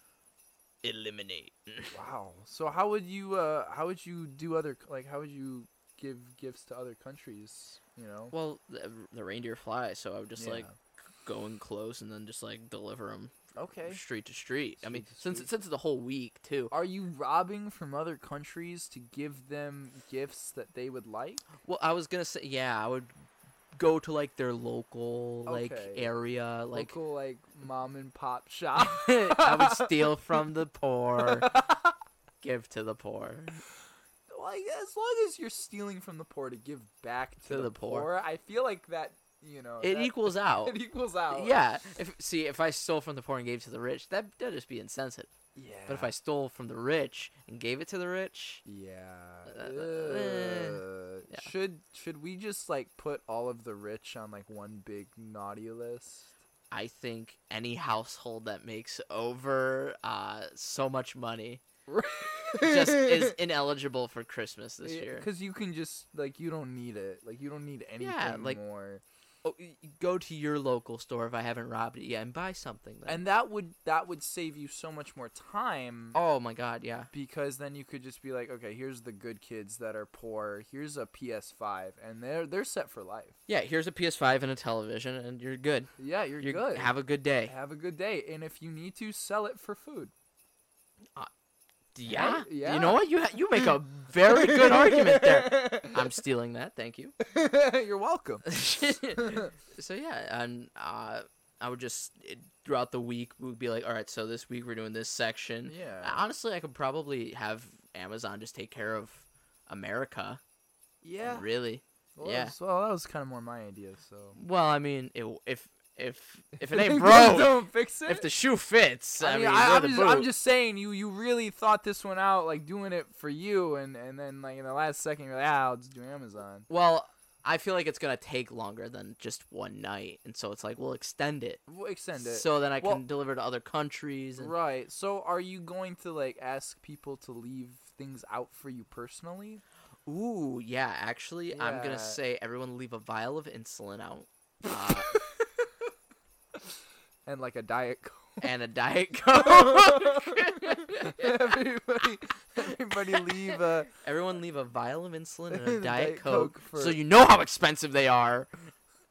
Eliminate. Wow. So how would you uh how would you do other like how would you give gifts to other countries? You know. Well, the, the reindeer fly, so I would just like Yeah. go in close and then just like deliver them Okay. street to street. I mean, Street to since street. since it's the whole week too. Are you robbing from other countries to give them gifts that they would like? Well, I was gonna say, yeah, I would go to like their local like Okay. area, like Local like mom and pop shop. I would steal from the poor, give to the poor. like as long as you're stealing from the poor to give back to, the, poor. I feel like that you know It Oh, that- equals out. it equals out. Yeah. If see, if I stole from the poor and gave to the rich, that that'd just be insensitive. Yeah. But if I stole from the rich and gave it to the rich, Yeah. Uh, uh, Ugh. yeah. Should should we just like put all of the rich on like one big naughty list? I think any household that makes over uh, so much money just is ineligible for Christmas this year. Because you can just like you don't need it. Like you don't need anything like- more. Oh, y- y- go to your local store if I haven't robbed it yet and buy something. Then. and that would that would save you so much more time oh my god, yeah. because then you could just be like okay here's the good kids that are poor here's a ps5 and they're they're set for life Yeah, here's a PS5 and a television, and you're good. yeah you're, You're good Have a good day. Have a good day and if you need to sell it for food Yeah, yeah. You know what? You ha- you make a very good argument there. I'm stealing that. Thank you. you're welcome so yeah, and uh, I would just it- throughout the week we'd be like, all right, so this week we're doing this section. Yeah. Uh, Honestly, I could probably have Amazon just take care of America. yeah Really. well, yeah. that was, well that was kind of more my idea so Well, I mean, it, if if if it ain't You broke, don't fix it. if the shoe fits, I, I mean, mean, I, wear am the just, I'm boot. just saying, you you really thought this one out, like doing it for you, and and then like in the last second, you're like, ah, I'll just do Amazon. Well, I feel like it's gonna take longer than just one night, and so it's like we'll extend it, We'll extend it. so then I can Well- deliver to other countries. And... right. So, are you going to like ask people to leave things out for you personally? Ooh, yeah. Actually, I'm Yeah. gonna say everyone leave a vial of insulin out. Uh, And like a diet coke. and a diet coke. everybody, everybody leave uh, a Everyone leave a vial of insulin and a And a diet Diet coke, Coke for- so you know how expensive they are.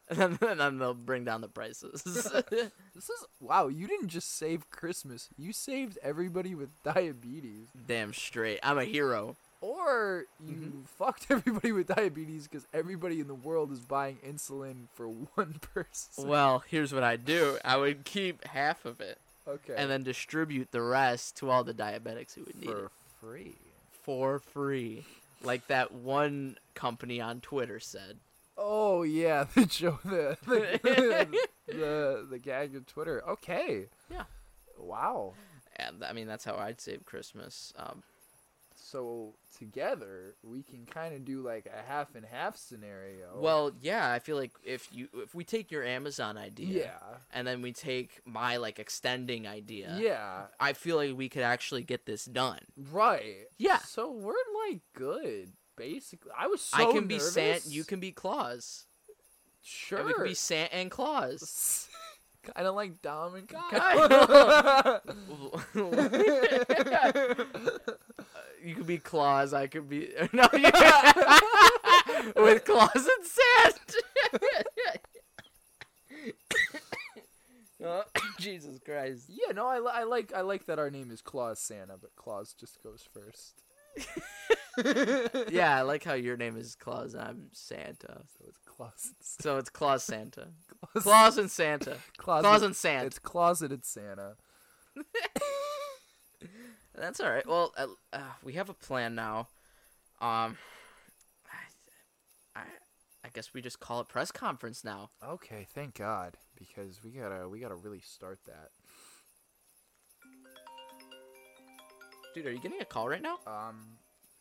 And then, and then they'll bring down the prices. This is wow, you didn't just save Christmas. You saved everybody with diabetes. Damn straight. I'm a hero. Or you Mm-hmm. fucked everybody with diabetes because everybody in the world is buying insulin for one person. Well, here's what I do. I would keep half of it okay. and then distribute the rest to all the diabetics who would need for it free. for free. Like that one company on Twitter said. Oh yeah, the joke the the, the the gag of Twitter. Okay. Yeah. Wow. And I mean, that's how I'd save Christmas. Um, So together we can kind of do like a half and half scenario. Well, yeah, I feel like if you if we take your Amazon idea, Yeah. and then we take my like extending idea, yeah. I feel like we could actually get this done. Right. Yeah. So we're like good, basically. I was so I can be nervous. Sant, you can be Claus, sure. and we can be Sant and Claus. kind of like Dom and Kinda. Kyle. you could be Claus. I could be no you with Claus and Sant. oh, Jesus Christ. yeah, no, I, li- I like I like that our name is Claus Santa, but Claus just goes first. Yeah, I like how your name is Claus and I'm Santa. So it's Claus. So it's Claus Santa. Claus. Claus and Santa. Claus, Claus and Santa. It's closeted Santa. That's all right. Well, uh, uh, we have a plan now. Um, I, I, I guess we just call it press conference now. Okay, thank God, because we gotta we gotta really start that. Dude, are you getting a call right now? Um,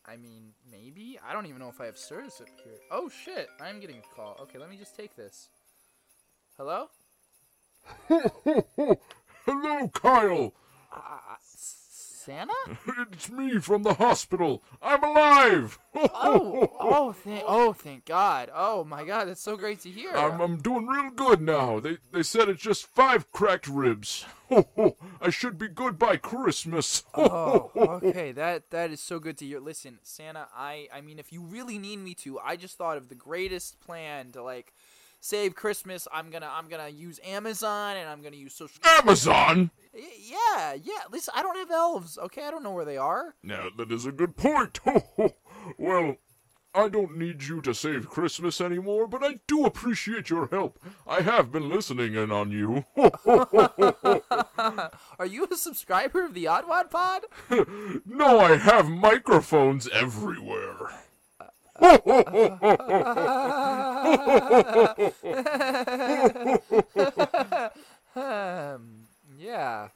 I mean, maybe I don't even know if I have service up here. Oh shit, I'm getting a call. Okay, let me just take this. Hello? Hello, Kyle. Uh, Santa? It's me from the hospital. I'm alive. Oh, oh, thank, oh, thank God. Oh my God, that's so great to hear. I'm, I'm doing real good now. They they said it's just five cracked ribs. Ho, ho. I should be good by Christmas. Ho, Oh, ho, ho, ho. okay. That that is so good to hear. Listen, Santa, I I mean, if you really need me to, I just thought of the greatest plan to like save Christmas. I'm gonna I'm gonna use Amazon and I'm gonna use social. Amazon. Y- Yeah, yeah. Listen, I don't have elves. Okay, I don't know where they are. Now that is a good point. Ho, ho. Well, I don't need you to save Christmas anymore, but I do appreciate your help. I have been listening in on you. Ho, ho, ho, ho, ho. Are you a subscriber of the Oddwad Pod? No, I have microphones everywhere. Ho, ho, ho, ho, ho. Um, yeah.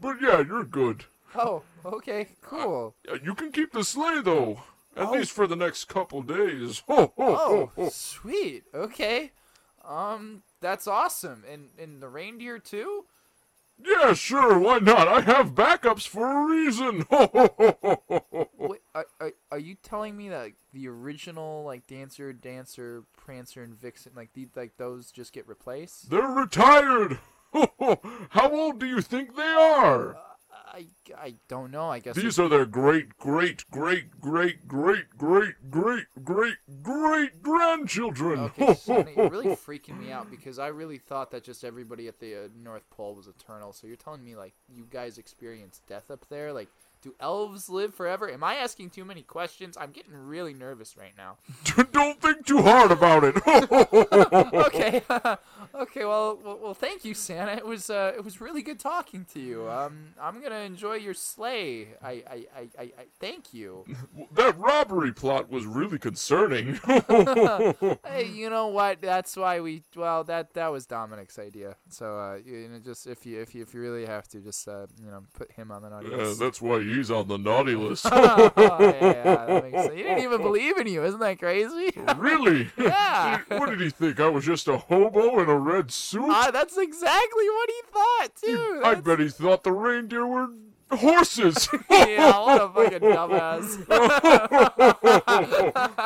But yeah, you're good. Oh, okay, cool. Yeah, You can keep the sleigh though, at least for the next couple days. Ho, ho, ho, Oh, ho. sweet. Okay. Um, that's awesome. And and the reindeer too. Yeah, sure, why not? I have backups for a reason. Ho, ho, ho, ho, ho, ho. Wait, are, are, are you telling me that like, the original like dancer, dancer, prancer, and vixen like the like those just get replaced? They're retired. Ho, ho. How old do you think they are? I I don't know. I guess These are their great, great, great, great, great, great, great, great, great grandchildren. Okay, Sonny, you're really freaking me out because I really thought that just everybody at the uh, North Pole was eternal. So you're telling me like you guys experience death up there? Like, Do elves live forever? Am I asking too many questions? I'm getting really nervous right now. Don't think too hard about it. Ho, ho, ho, ho, ho. okay, okay. Well, well, well, thank you, Santa. It was uh, it was really good talking to you. Um, I'm gonna enjoy your sleigh. I, I, I, I, I thank you. that robbery plot was really concerning. Uh, Hey, you know what? That's why we. Well, that that was Dominic's idea. So, uh, you, you know, just if you if you if you really have to, just uh, you know, put him on the naughty Uh, list. that's why he's on the naughty list. Oh, yeah, that makes sense. He didn't even believe in you. Isn't that crazy? really? Yeah. what did he think? I was just a hobo in a red suit? Ah, that's exactly what he thought too. I That's- bet he thought the reindeer were horses. Oh, Yeah, what a fucking dumbass.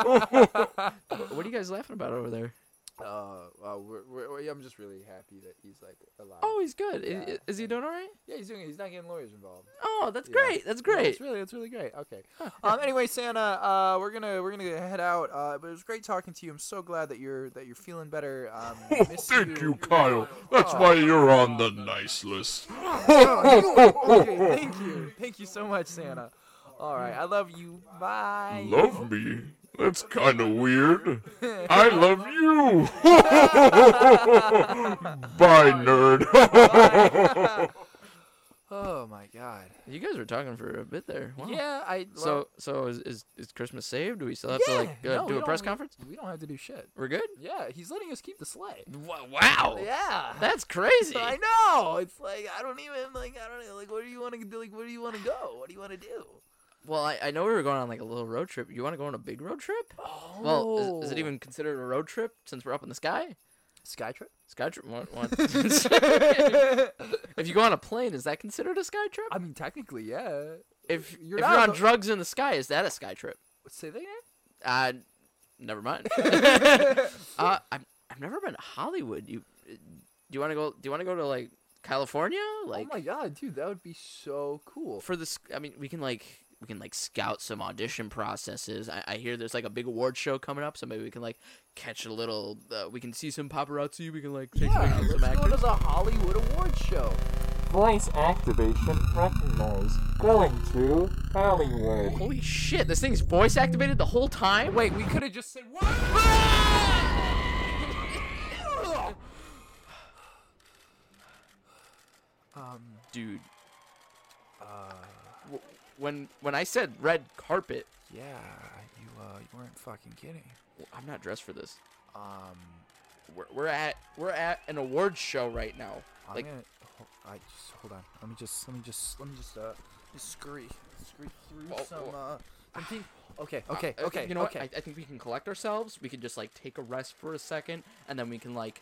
Wh- What are you guys laughing about over there? uh, uh, we're, we're, we- I'm just really happy that he's like alive. Oh, he's good. I- i- Yeah. Is, he doing all right? yeah, he's doing. it. He's not getting lawyers involved. Oh, that's Yeah. great. That's Yeah, great. It's really, it's really great. Okay. Um. Anyway, Santa, uh, we're gonna we're gonna head out. Uh, but it was great talking to you. I'm so glad that you're that you're feeling better. Um, Oh, miss Oh. thank you, Kyle. That's why you're on the nice list. Okay, thank you. Thank you so much, Santa. All right, I love you. Bye. Love me? That's kind of weird. I love you. Bye, nerd. oh my God. You guys were talking for a bit there. Wow. Yeah, I. So love- so is, is is Christmas saved? Do we still have yeah. to like uh, no, we do a don't press have- conference? We don't have to do shit. We're good. Yeah, he's letting us keep the sleigh. Wa- Wow. Yeah. That's crazy. I know. It's like I don't even like I don't know, like where do you want to do like where do you want to go? What do you want to do? Well, I, I know we were going on like a little road trip. You want to go on a big road trip? Oh. Well, is, is it even considered a road trip since we're up in the sky? sky trip? Sky trip. What, what- if you go on a plane, is that considered a sky trip? I mean, technically, yeah. If you're you're, if not you're on on the- drugs in the sky, is that a sky trip? Say that again. Oh Uh, never mind. uh, I've I've never been to Hollywood. You uh, do you want to go? Do you want to go to like California? Like oh my god, dude, that would be so cool. for this? I mean, we can like we can like scout some audition processes. I, I hear there's like a big award show coming up, so maybe we can like catch a little. Uh, we can see some paparazzi. We can like take Yeah, pictures of some let's go to actors. the Hollywood Awards show. Voice activation recognized. Going to Hollywood. Holy shit! This thing's voice activated the whole time. Wait, we could have just said what? um, dude. Uh. W- when when I said red carpet, yeah, you uh, you weren't fucking kidding. I'm not dressed for this. Um, We're, we're at we're at an awards show right now. I'm Like gonna, ho- I just hold on. Let me just, let me just, let me just, uh, just scurry, scurry through Whoa, some, whoa. uh, some thing. Okay, okay, Oh, uh, okay, You know okay. what? I, I think we can collect ourselves. We can just like take a rest for a second, and then we can like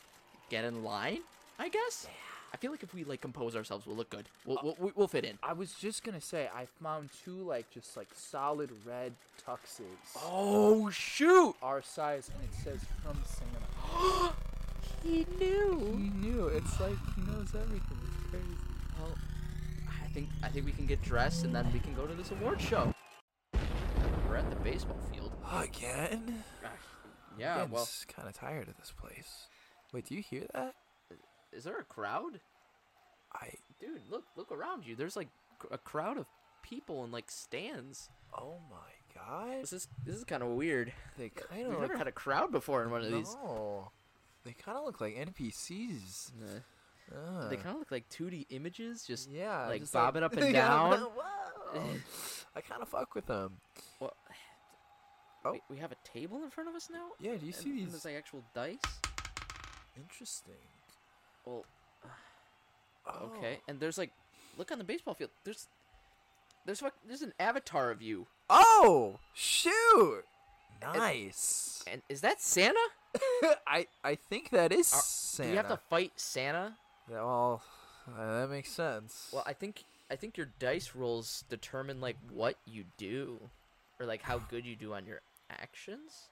get in line. I guess. I feel like if we like compose ourselves, we'll look good. We'll we'll- we'll, we'll fit in. I was just gonna say I found two like just like solid red tuxes. Oh shoot! Our size and it says from Santa. He knew. knew. It's like he knows everything. It's crazy. Well, I think I think we can get dressed, and then we can go to this award show. We're at the baseball field. Again? Gosh, Yeah. I'm Well, kind of tired of this place. Wait, do you hear that? is there a crowd? I. Dude, look look around you. There's like cr- a crowd of people and like stands. Oh my god. This is this is kind of weird. They kind We've of never look. had a crowd before in one of these. No. They kind of look like NPCs. Uh, Ugh. They kind of look like 2D images, just yeah, like just bob it up and Yeah, down. whoa. I kind of fuck with them. Well, Oh. we, we have a table in front of us now. Yeah, do you And- see and these? There's like actual dice. Interesting. Well, Oh. okay. And there's like, look on the baseball field. There's there's fuck- there's an avatar of you. Oh, shoot! Nice. And is that Santa? I I think that is Are- Santa. Do you have to fight Santa? Yeah, well, uh, that makes sense. Well, I think I think your dice rolls determine like what you do, or like how good you do on your actions.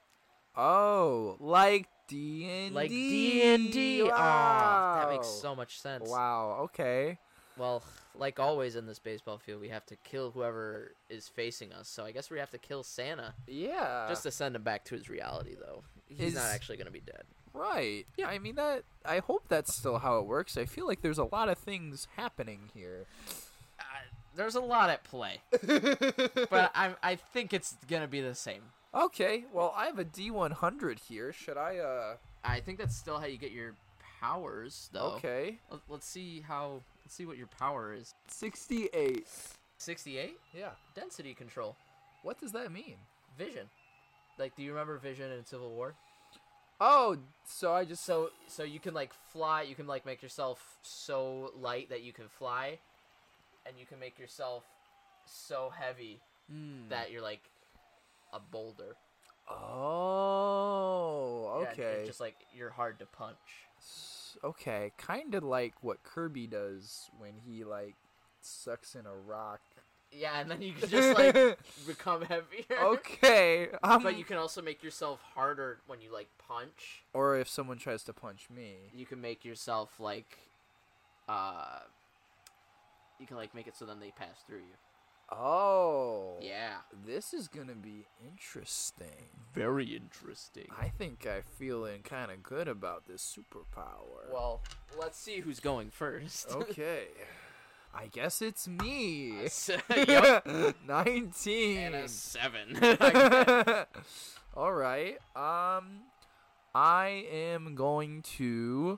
oh, like D and like D and D. Ah, that makes so much sense. Wow. Okay. Well, like always in this baseball field, we have to kill whoever is facing us. So I guess we have to kill Santa Yeah. just to send him back to his reality, though. He's not Is- actually gonna be dead. right. Yeah. I mean that. I hope that's still how it works. I feel like there's a lot of things happening here. Uh, There's a lot at play, but I'm I think it's gonna be the same. Okay, well, I have a D100 here. Should I, uh. I think that's still how you get your powers, though. Okay. Let- Let's see how. Let's see what your power is. 68. 68 Yeah. density control, What does that mean? vision. Like, do you remember Vision in Civil War? Oh, so I just. So, so you can like fly. You can like make yourself so light that you can fly, and you can make yourself so heavy Hmm. that you're like a boulder. Oh, Yeah, and you're okay. just like you're hard to punch. S- Okay, kind of like what Kirby does when he, like, sucks in a rock. Yeah, and then you can just like become heavier. okay. Um, But you can also make yourself harder when you like punch. Or if someone tries to punch me. You can make yourself like, uh, you can like make it so then they pass through you. Oh. Yeah. This is going to be interesting. Very interesting. I think I feeling kind of good about this superpower. Well, let's see who's going first. okay. I guess it's me. Yup. 19. And a seven. All right. Um I am going to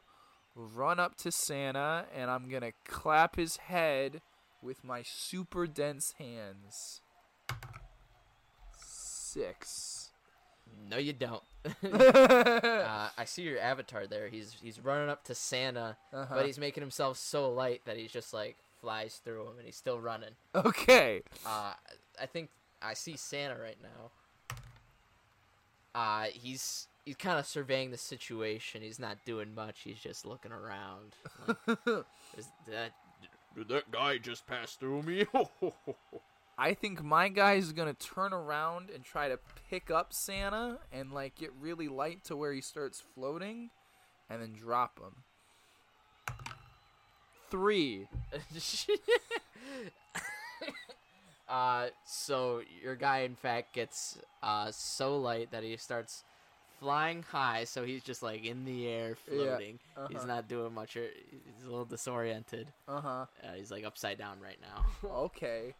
run up to Santa and I'm going to clap his head with my super dense hands. 6. no, you don't. uh, I see your avatar there. He's he's running up to Santa, Uh-huh. but he's making himself so light that he's just like flies through him, and he's still running. Okay. Uh, I think I see Santa right now. Uh, he's he's kind of surveying the situation. He's not doing much. He's just looking around. Like, is that Did that guy just pass through me? Ho, ho, ho, ho. I think my guy is gonna turn around and try to pick up Santa and like get really light to where he starts floating, and then drop him. Three. uh, so your guy, in fact, gets uh, so light that he starts flying high. So he's just like in the air, floating. Uh-huh. He's not doing much. or- He's a little disoriented. Uh huh. Uh, he's like upside down right now. Okay.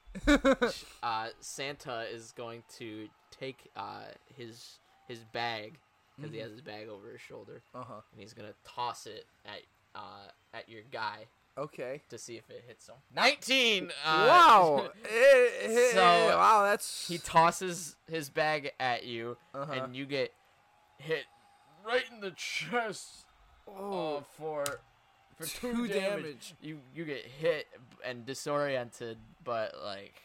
uh, Santa is going to take uh, his his bag because he has his bag over his shoulder, Uh huh. and he's gonna toss it at uh, at your guy Okay. to see if it hits him. Nineteen. Uh, wow. Eh, eh, so, wow, that's he tosses his bag at you, Uh-huh. and you get hit right in the chest uh, oh, for for two, Two damage. damage. You you get hit and disoriented, but like,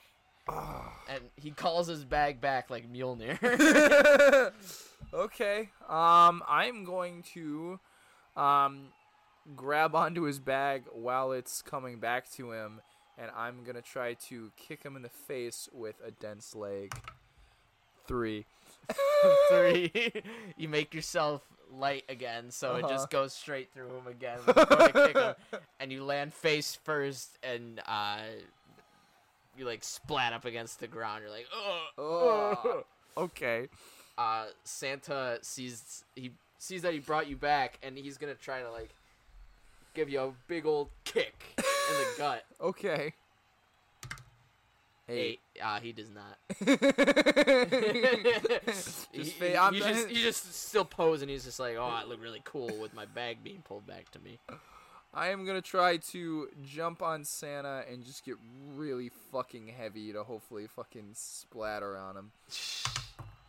Ah. and he calls his bag back like Mjolnir. okay. Um, I'm going to, um, grab onto his bag while it's coming back to him, and I'm gonna try to kick him in the face with a dense leg. Three. Three, you make yourself light again, so it Uh-huh. just goes straight through him again. when you go to kick him, and you land face first, and uh, you like splat up against the ground. You're like, oh. Ugh. okay. uh, Santa sees he sees that he brought you back, and he's gonna try to like give you a big old kick in the gut. Okay. Eight. Uh, he does not. he, Just he- fa- I'm he done. just, he just still pose, and he's just like, "Oh, I look really cool with my bag being pulled back to me." I am gonna try to jump on Santa and just get really fucking heavy to hopefully fucking splatter on him.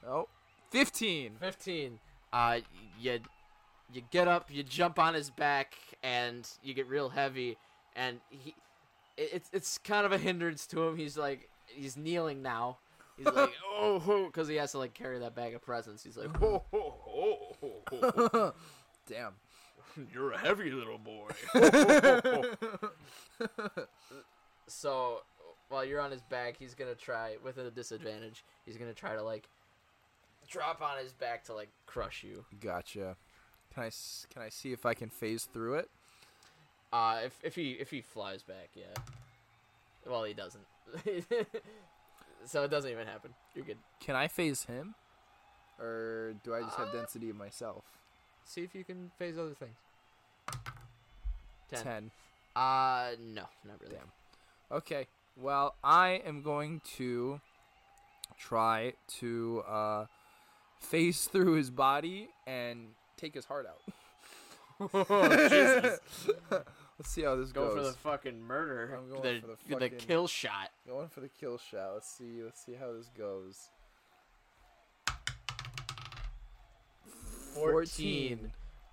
Oh. 15. Fifteen. Uh, you you get up, you jump on his back, and you get real heavy, and he it, it's it's kind of a hindrance to him. He's like he's kneeling now. He's like oh, because he has to like carry that bag of presents. He's like oh, Ho, ho, ho, ho, ho. Damn. You're a heavy little boy. so while you're on his back, he's gonna try with a disadvantage. He's gonna try to like drop on his back to like crush you. Gotcha. Can I s- can I see if I can phase through it? Uh, if if he if he flies back, yeah. Well, he doesn't. so it doesn't even happen. You're good. Can I phase him? Or do I just have density of myself? See if you can phase other things. Ten. 10. Uh, no, not really. Damn. Okay. Well, I am going to try to uh, phase through his body and take his heart out. Let's see how this Go goes. for the fucking murder. I'm going the, for the the fucking- kill shot. Going for the kill shot. Let's see. Let's see how this goes. 14.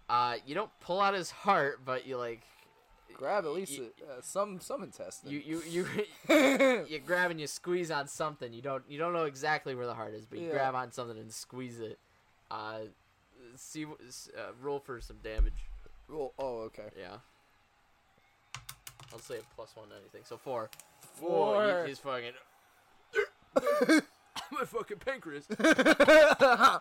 Uh, you don't pull out his heart, but you like Grab at least Y- uh, some some intestine. you you you you grab and you squeeze on something. You don't you don't know exactly where the heart is, but you Yeah. grab on something and squeeze it. Uh, see, wh- s- uh, roll for some damage. Roll- oh, okay. Yeah. I'll say a plus one to anything. So four. Four. Whoa, he- he's fucking. My fucking pancreas. oh,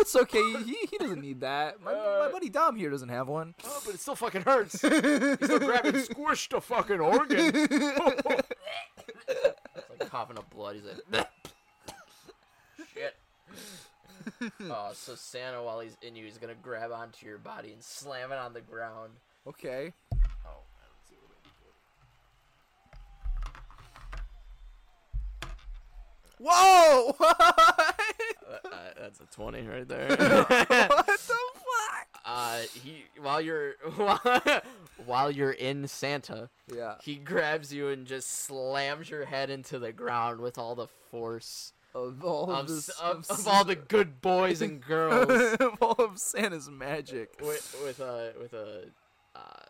it's okay. He, he doesn't need that. My, my buddy Dom here doesn't have one. Oh, but it still fucking hurts. It's Still grabbing squished a fucking organ. like coughing up blood. He's like. Shit. Oh, so Santa, while he's in you, he's gonna grab onto your body and slam it on the ground. Okay. Oh, I don't see what I did. Whoa! what uh, uh, that's a 20 right there. the fuck? uh, he while you're while you're in Santa, Yeah. he grabs you and just slams your head into the ground with all the force Of all of, of, s this, of, of all the good boys and girls of all of Santa's magic. with, with a with a uh,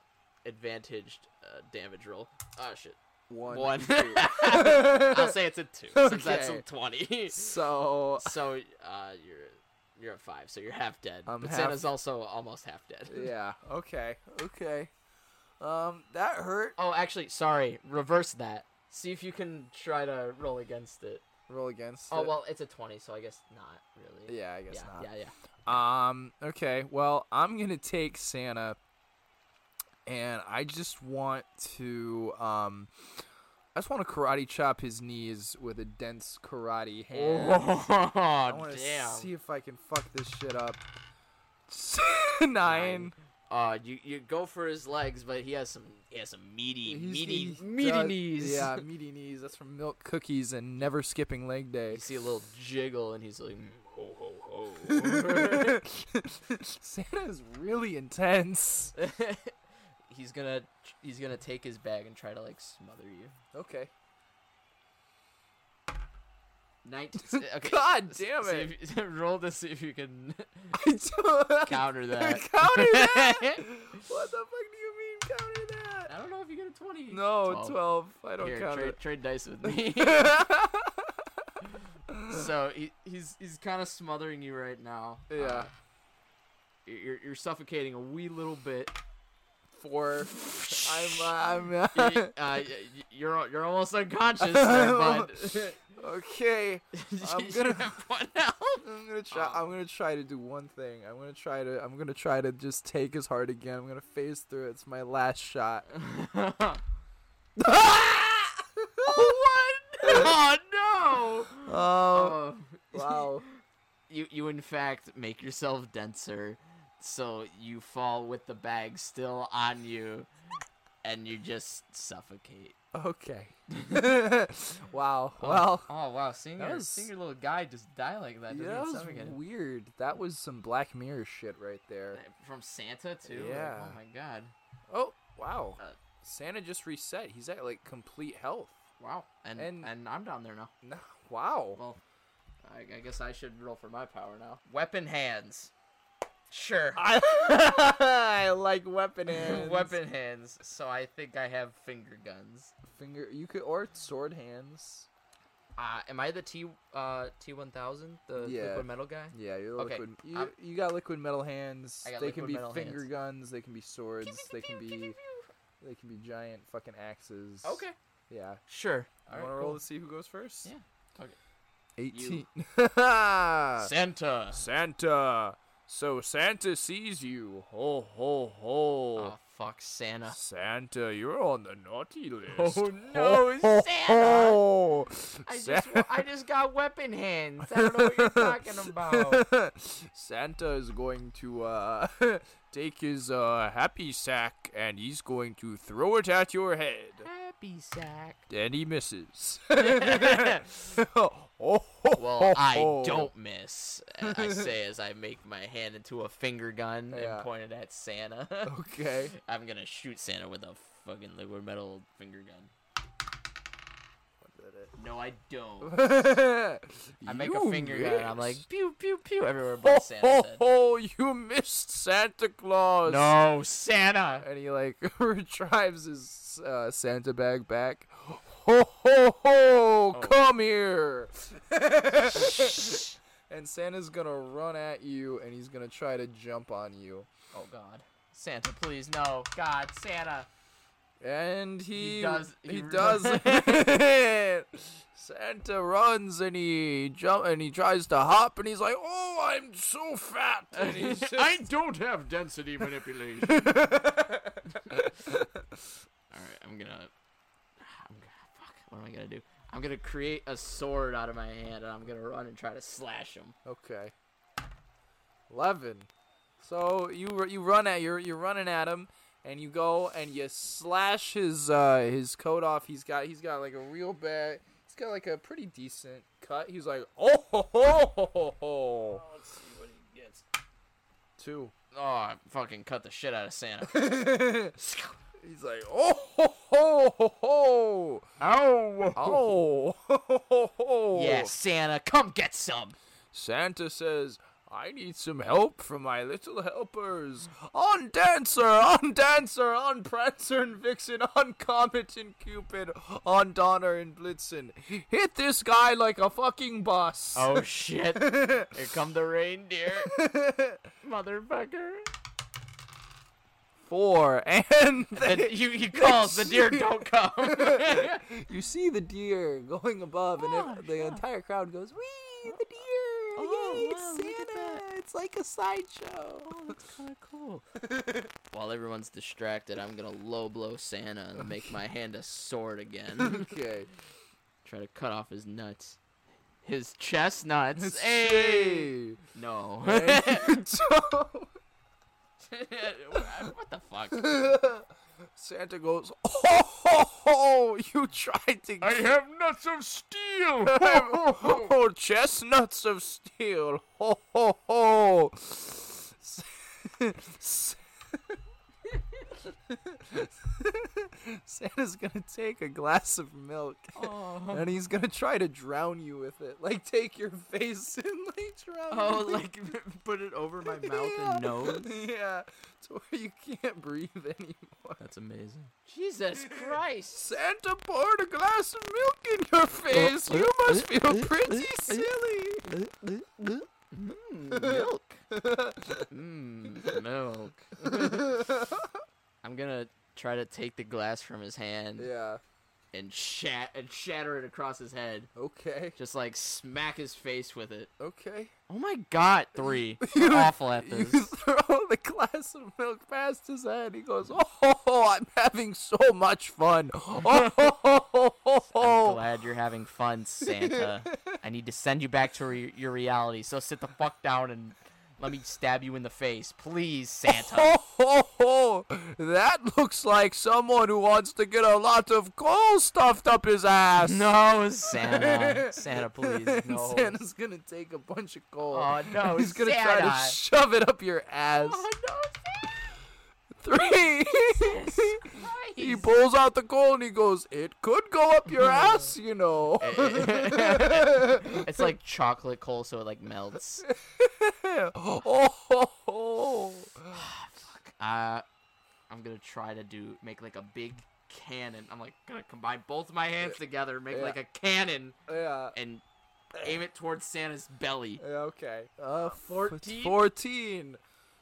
advantaged uh, damage roll. Ah shit, One. one. I'll say it's a two since that's a Okay. twenty. So so uh, you're you're a five, so you're half dead. I'm but half- Santa's also almost half dead. yeah. Okay. Okay. Um, that hurt. Oh, actually, sorry. Reverse that. See if you can try to roll against it. Roll against. Oh it. well, it's a twenty, so I guess not really. Yeah, I guess not. yeah, Yeah, yeah. Um, okay. Well, I'm going to take Santa and I just want to um I just want to karate chop his knees with a dense karate hand. I Oh want to damn. see if I can fuck this shit up. Nine. Uh, you you go for his legs, but he has some he has some meaty He's- meaty he meaty does- knees. Yeah, meaty knees. That's from milk cookies and never skipping leg day. You see a little jiggle, and he's like, "Mm, ho ho ho. Santa is really intense. he's gonna he's gonna take his bag and try to like smother you. Okay. Nineteen. Okay. God damn see it. if you- roll to see if you can I don't- counter that. Counter that? what the fuck do you mean counter that? I don't know if you get a 20. No, 12. I don't Here, count trade, it. trade dice with me. so he, he's he's kind of smothering you right now. Uh, yeah. you're, you're suffocating a wee little bit. Four. I'm, uh, You- I'm, uh, y- you're al- you're almost unconscious, there, bud. okay. I'm gonna- You have one health. I'm gonna try. I'm gonna try to do one thing. I'm gonna try to. I'm gonna try to just take his heart again. I'm gonna phase through it. It's my last shot. what? oh no! oh Oh. wow. you you in fact make yourself denser so you fall with the bag still on you and you just suffocate Okay. wow. Well. oh wow seeing That your, was- seeing your little guy just die like that, Yeah, doesn't that was even suffocate. weird. That was some Black Mirror shit right there. from santa too Like, Yeah. oh my god Oh wow! Uh, Santa just reset. He's at like complete health. wow and, and And- i'm down there now No, wow. well I, I guess i should roll for my power now weapon hands sure I, I like weapon hands. weapon hands so i think i have finger guns finger. You could or sword hands. uh am i the t uh t1000 the Yeah. liquid metal guy Yeah, you're Okay, liquid. You, I'm- you got liquid metal hands. I got they can liquid be metal finger hands. guns. They can be swords. they can be. They can be giant fucking axes. Okay. Yeah. Sure. I want to roll to see who goes first. Yeah. Okay. Eighteen. Santa. Santa. So Santa sees you. Ho ho ho. Oh fuck, Santa. Santa, you're on the naughty list. Oh, no, Ho, Santa. ho, ho. I Sa- just, I just got weapon hands. I don't know what you're talking about. Santa is going to uh, take his uh, happy sack and he's going to throw it at your head. Happy happy sack. Daddy misses. Oh, Well, I don't miss. I say as I make my hand into a finger gun Yeah. and point it at Santa. Okay. I'm gonna shoot Santa with a fucking liquid metal finger gun. No, I don't. I make a finger gun. And I'm like pew pew pew everywhere but Santa's head. oh, you missed Santa Claus. No, Santa. And he like retrieves his uh, Santa bag back. Ho ho ho! Come here. and Santa's gonna run at you, and he's gonna try to jump on you. Oh God, Santa, please no, God, Santa. And he, does- He, he does. runs. it. Santa runs and he jump and he tries to hop and he's like, "Oh, I'm so fat." And he's just- I don't have density manipulation. All right, I'm gonna. I'm gonna fuck. What am I gonna do? I'm gonna create a sword out of my hand, and I'm gonna run and try to slash him. okay. Eleven. So you r- you run at you're you're running at him, and you go and you slash his uh his coat off. He's got he's got like a real bad. He's got like a pretty decent cut. He's like, "Oh ho ho ho ho ho." Let's see what he gets. Two. Oh, I fucking cut the shit out of Santa. He's like, oh ho ho ho ho, Ow! oh ho ho ho. yeah, Santa, come get some. Santa says, I need some help from my little helpers. On Dancer, on Dancer, on Prancer and Vixen, on Comet and Cupid, on Donner and Blitzen. Hit this guy like a fucking bus. Oh shit! Here come the reindeer, motherfucker. Four and The, they, you he calls the deer don't come. you see the deer going above, and it, the entire crowd goes, "Wee, the deer! Yay, Santa! It's like a sideshow." While everyone's distracted, I'm gonna low blow Santa and make my hand a sword again. okay. Try to cut off his nuts. His chestnuts. Hey! Hey. No. what the fuck? Santa goes, "Oh, ho, ho, you tried to I have nuts of steel! oh, chestnuts of steel. Ho, ho, ho. Santa's gonna take a glass of milk Uh-huh. and he's gonna try to drown you with it. Like, take your face and like drown Oh, you. like put it over my mouth and nose. Yeah, to where you can't breathe anymore. That's amazing. Jesus Christ. Santa poured a glass of milk in your face. You must feel pretty silly. milk. Mmm, milk. I'm gonna try to take the glass from his hand Yeah. and shat and shatter it across his head. Okay. Just like smack his face with it. Okay. Oh my god, three. I'm awful at You this. throw the glass of milk past his head. He goes, "Oh, ho, ho, I'm having so much fun." Oh, ho, ho, ho, ho, I'm ho. glad you're having fun, Santa. I need to send you back to re- your reality. So sit the fuck down and let me stab you in the face, please, Santa. Ho, ho, ho. That looks like someone who wants to get a lot of coal stuffed up his ass. No, Santa. Santa, please, And no. Santa's gonna take a bunch of coal. Oh no, He's gonna try Santa. to shove it up your ass. Oh no, Three. Santa. he pulls out the coal and he goes, "It could go up your ass, you know." it's like chocolate coal, so it like melts. oh, ho, Oh. ho. Uh, I'm gonna try to do make like a big cannon. I'm like gonna combine both my hands together, make Yeah. like a cannon, yeah. and aim it towards Santa's belly. Yeah, Okay. Uh, fourteen. 14? Fourteen.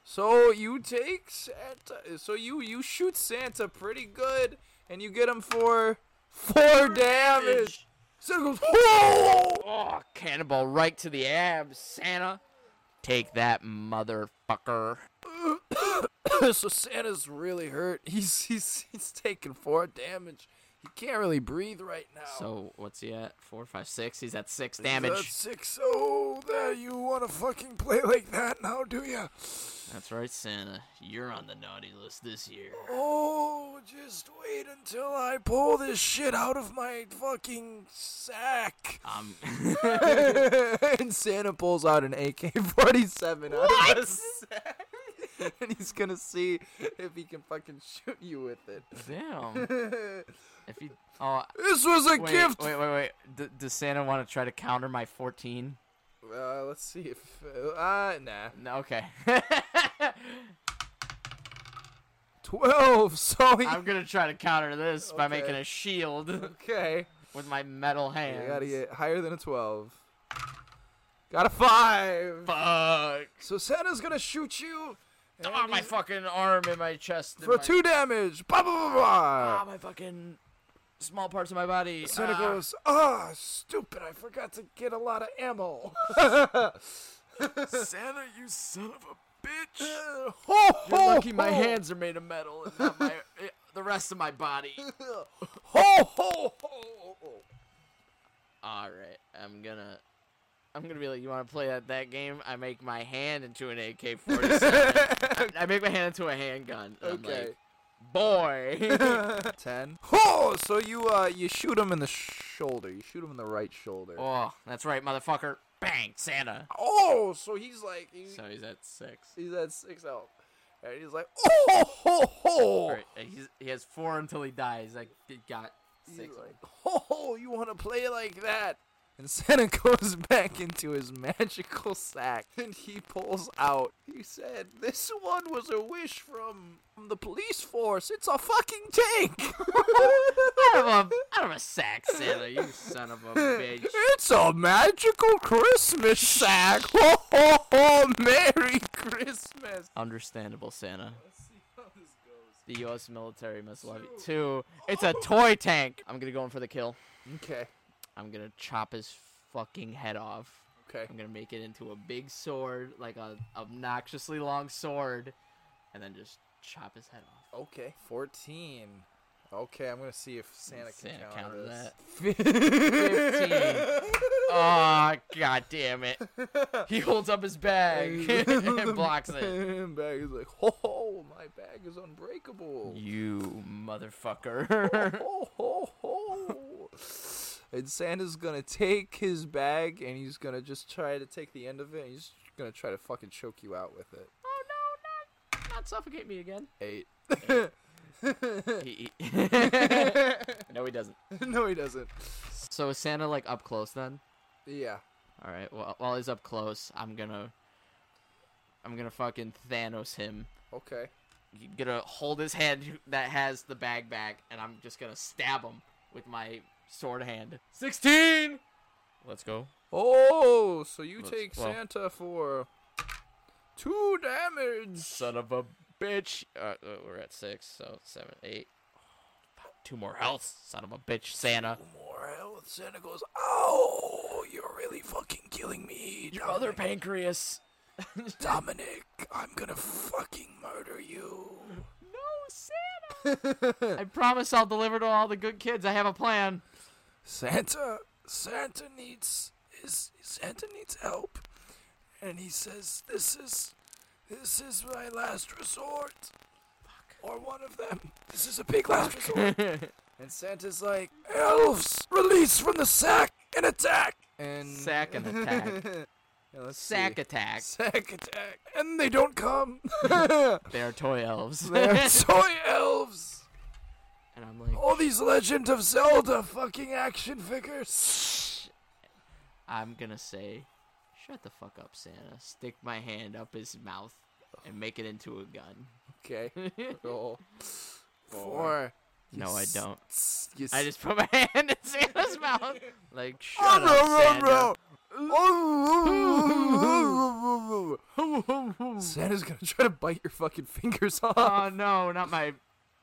So you take Santa. So you you shoot Santa pretty good, and you get him for four damage. Santa goes, "Whoa!" Oh, cannonball right to the abs, Santa. Take that, motherfucker. so Santa's really hurt. He's he's he's taking four damage. He can't really breathe right now. So what's he at? Four, five, six. He's at six damage. That's six. Oh, that you want to fucking play like that now, do ya? That's right, Santa. You're on the naughty list this year. Oh, just wait until I pull this shit out of my fucking sack. Um, and Santa pulls out an AK-47 out of his sack, and he's gonna see if he can fucking shoot you with it. damn. If he, oh, This was a wait, gift. wait, wait, wait. D- does Santa want to try to counter my fourteen? Uh, let's see if uh nah. No, okay. Twelve. So he. I'm gonna try to counter this by Okay. making a shield okay. with my metal You hands. gotta get higher than a twelve. Got a five. Fuck. So Santa's gonna shoot you Oh, my fucking arm in my chest. and for my- two damage. Bah, bah, bah, bah. Ah, my fucking small parts of my body. Santa Ah. goes, ah, stupid! I forgot to get a lot of ammo. Santa, you son of a bitch. Ho, You're ho, lucky my ho. hands are made of metal and not my, eh, the rest of my body. Ho ho ho! All right, I'm gonna. I'm gonna be like, you want to play that that game? I make my hand into an AK-47. I- I make my hand into a handgun. and I'm Okay. like, boy. Ten. Ho! So you uh you shoot him in the shoulder. You shoot him in the right shoulder. oh, that's right, motherfucker. Bang, Santa. Oh, so he's like he's, So he's at six. he's at six health, and he's like, oh ho ho! All right, eh, he's, he has four until he dies. I g- got He's six. like, ho ho! You want to play like that? And Santa goes back into his magical sack, and he pulls out. He said, "This one was a wish from from the police force. It's a fucking tank." I don't have a, I don't have a sack, Santa. You son of a bitch. It's a magical Christmas sack. Ho ho ho! Merry Christmas. Understandable, Santa. The U.S. military must love you. Two. It's a toy tank. I'm gonna go in for the kill. Okay. I'm gonna chop his fucking head off. Okay. I'm gonna make it into a big sword, like a obnoxiously long sword, and then just chop his head off. Okay. Fourteen. Okay, I'm gonna see if Santa can Santa counter counted this. that. Fifteen. Oh god damn it. He holds up his bag and blocks it. bag is like, ho ho! My bag is unbreakable. You motherfucker. Ho ho ho! And Santa's gonna take his bag and he's gonna just try to take the end of it. And he's gonna try to fucking choke you out with it. oh no, not, not suffocate me again. Eight. He, he- no, he doesn't. no, he doesn't. So is Santa like up close then? Yeah. All right. Well, while he's up close, I'm gonna, I'm gonna fucking Thanos him. Okay. You gonna hold his hand that has the bag back, and I'm just gonna stab him with my sword hand. Sixteen. Let's go. Oh, so you take well- Santa for two damage. Son of a bitch. Uh, uh, we're at six, so seven, eight. Two more health. Son of a bitch, Santa. More health. Santa goes, "Oh, you're really fucking killing me, Your other pancreas. Dominic. I'm gonna fucking murder you." No, Santa. I promise I'll deliver to all the good kids. I have a plan. Santa, Santa needs is Santa needs help, and he says, "This is, this is my last resort." Or one of them. This is a big last resort. and Santa's like, elves, release from the sack and attack. And Sack and attack. Yeah, let's Sack see. attack. Sack attack. And they don't come. They are toy elves. They're toy elves. and I'm like, All these Legend of Zelda fucking action figures. I'm gonna say, shut the fuck up, Santa. Stick my hand up his mouth and make it into a gun. Okay. Roll. Four. No, I don't. S- you I s- just put my hand in Santa's mouth. Like, shut Oh, up, no, no, no. Santa's gonna try to bite your fucking fingers off. Santa. Oh no, not my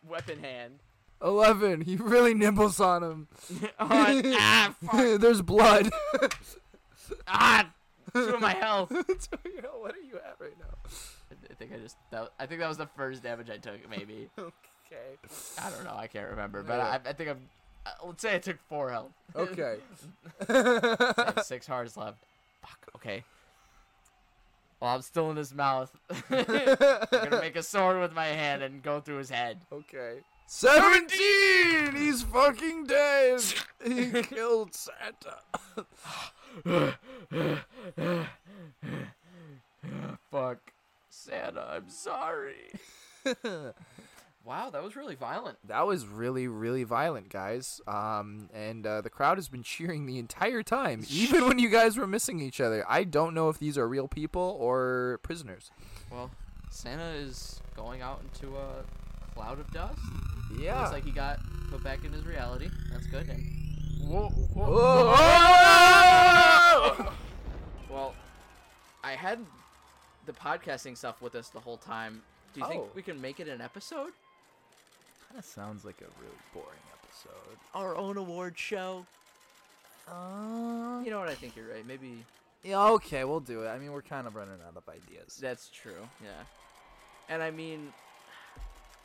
weapon hand. Eleven. He really nibbles on him. Oh, and- ah, fuck. There's blood. Ah, two of my health. So, you know, what are you at right now? I think I just, that, I think that was the first damage I took, maybe. Okay. I don't know. I can't remember, but Yeah. I, I think I'm uh, let's say I took four health. Okay. I have six hearts left. Fuck. Okay. Well, I'm still in his mouth. I'm gonna make a sword with my hand and go through his head. okay. Seventeen. He's fucking dead. He killed Santa. Fuck. Santa, I'm sorry. wow, that was really violent. That was really, really violent, guys. Um, and uh, the crowd has been cheering the entire time, even when you guys were missing each other. I don't know if these are real people or prisoners. Well, Santa is going out into a cloud of dust. Yeah. Looks like he got put back in his reality. That's good. And Whoa! well, I had the podcasting stuff with us the whole time. Do you Oh. think we can make it an episode? kind of sounds like a really boring episode. Our own award show. Uh, You know what? I think you're right. Maybe yeah, okay, we'll do it. I mean, we're kind of running out of ideas. that's true. Yeah. And I mean,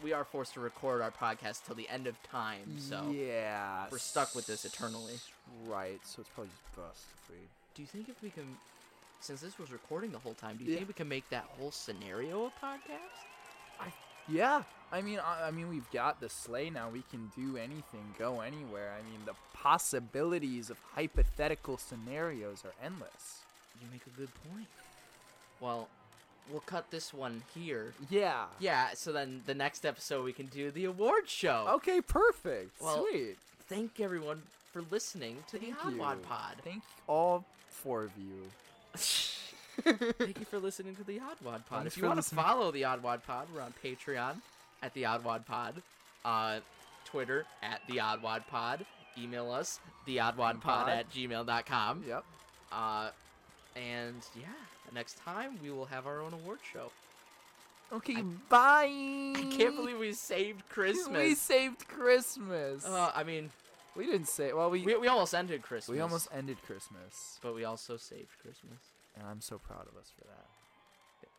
we are forced to record our podcast till the end of time, so yeah, we're stuck with this eternally. Right, so it's probably just best if we. Do you think if we can, since this was recording the whole time, do you Yeah. think we can make that whole scenario a podcast? Yeah, I mean, I, I mean, we've got the sleigh now. We can do anything, go anywhere. I mean, the possibilities of hypothetical scenarios are endless. You make a good point. Well, we'll cut this one here. Yeah. Yeah, so then the next episode we can do the award show. Okay, perfect. Well, Sweet. Thank everyone for listening to Thank the you. Odd Pod. Thank all four of you. Thank you for listening to the Odd Wad Pod. Thanks If you for want to listening. follow the Odd Wad Pod, we're on Patreon at the Odd Wad Pod, uh, Twitter at the Odd Wad Pod, email us the Odd Wad Pod Pod. at gmail.com. Yep. Uh, and yeah, next time we will have our own award show. Okay, bye. I can't believe we saved Christmas. Mm. we saved Christmas. uh, I mean, we didn't say. Well, we we, we almost ended Christmas. we almost ended Christmas, But we also saved Christmas. and I'm so proud of us for that.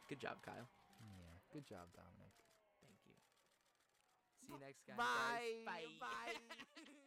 Good job, Kyle. Yeah. Good job, Dominic. Thank you. See you next time. guys. Bye. Bye.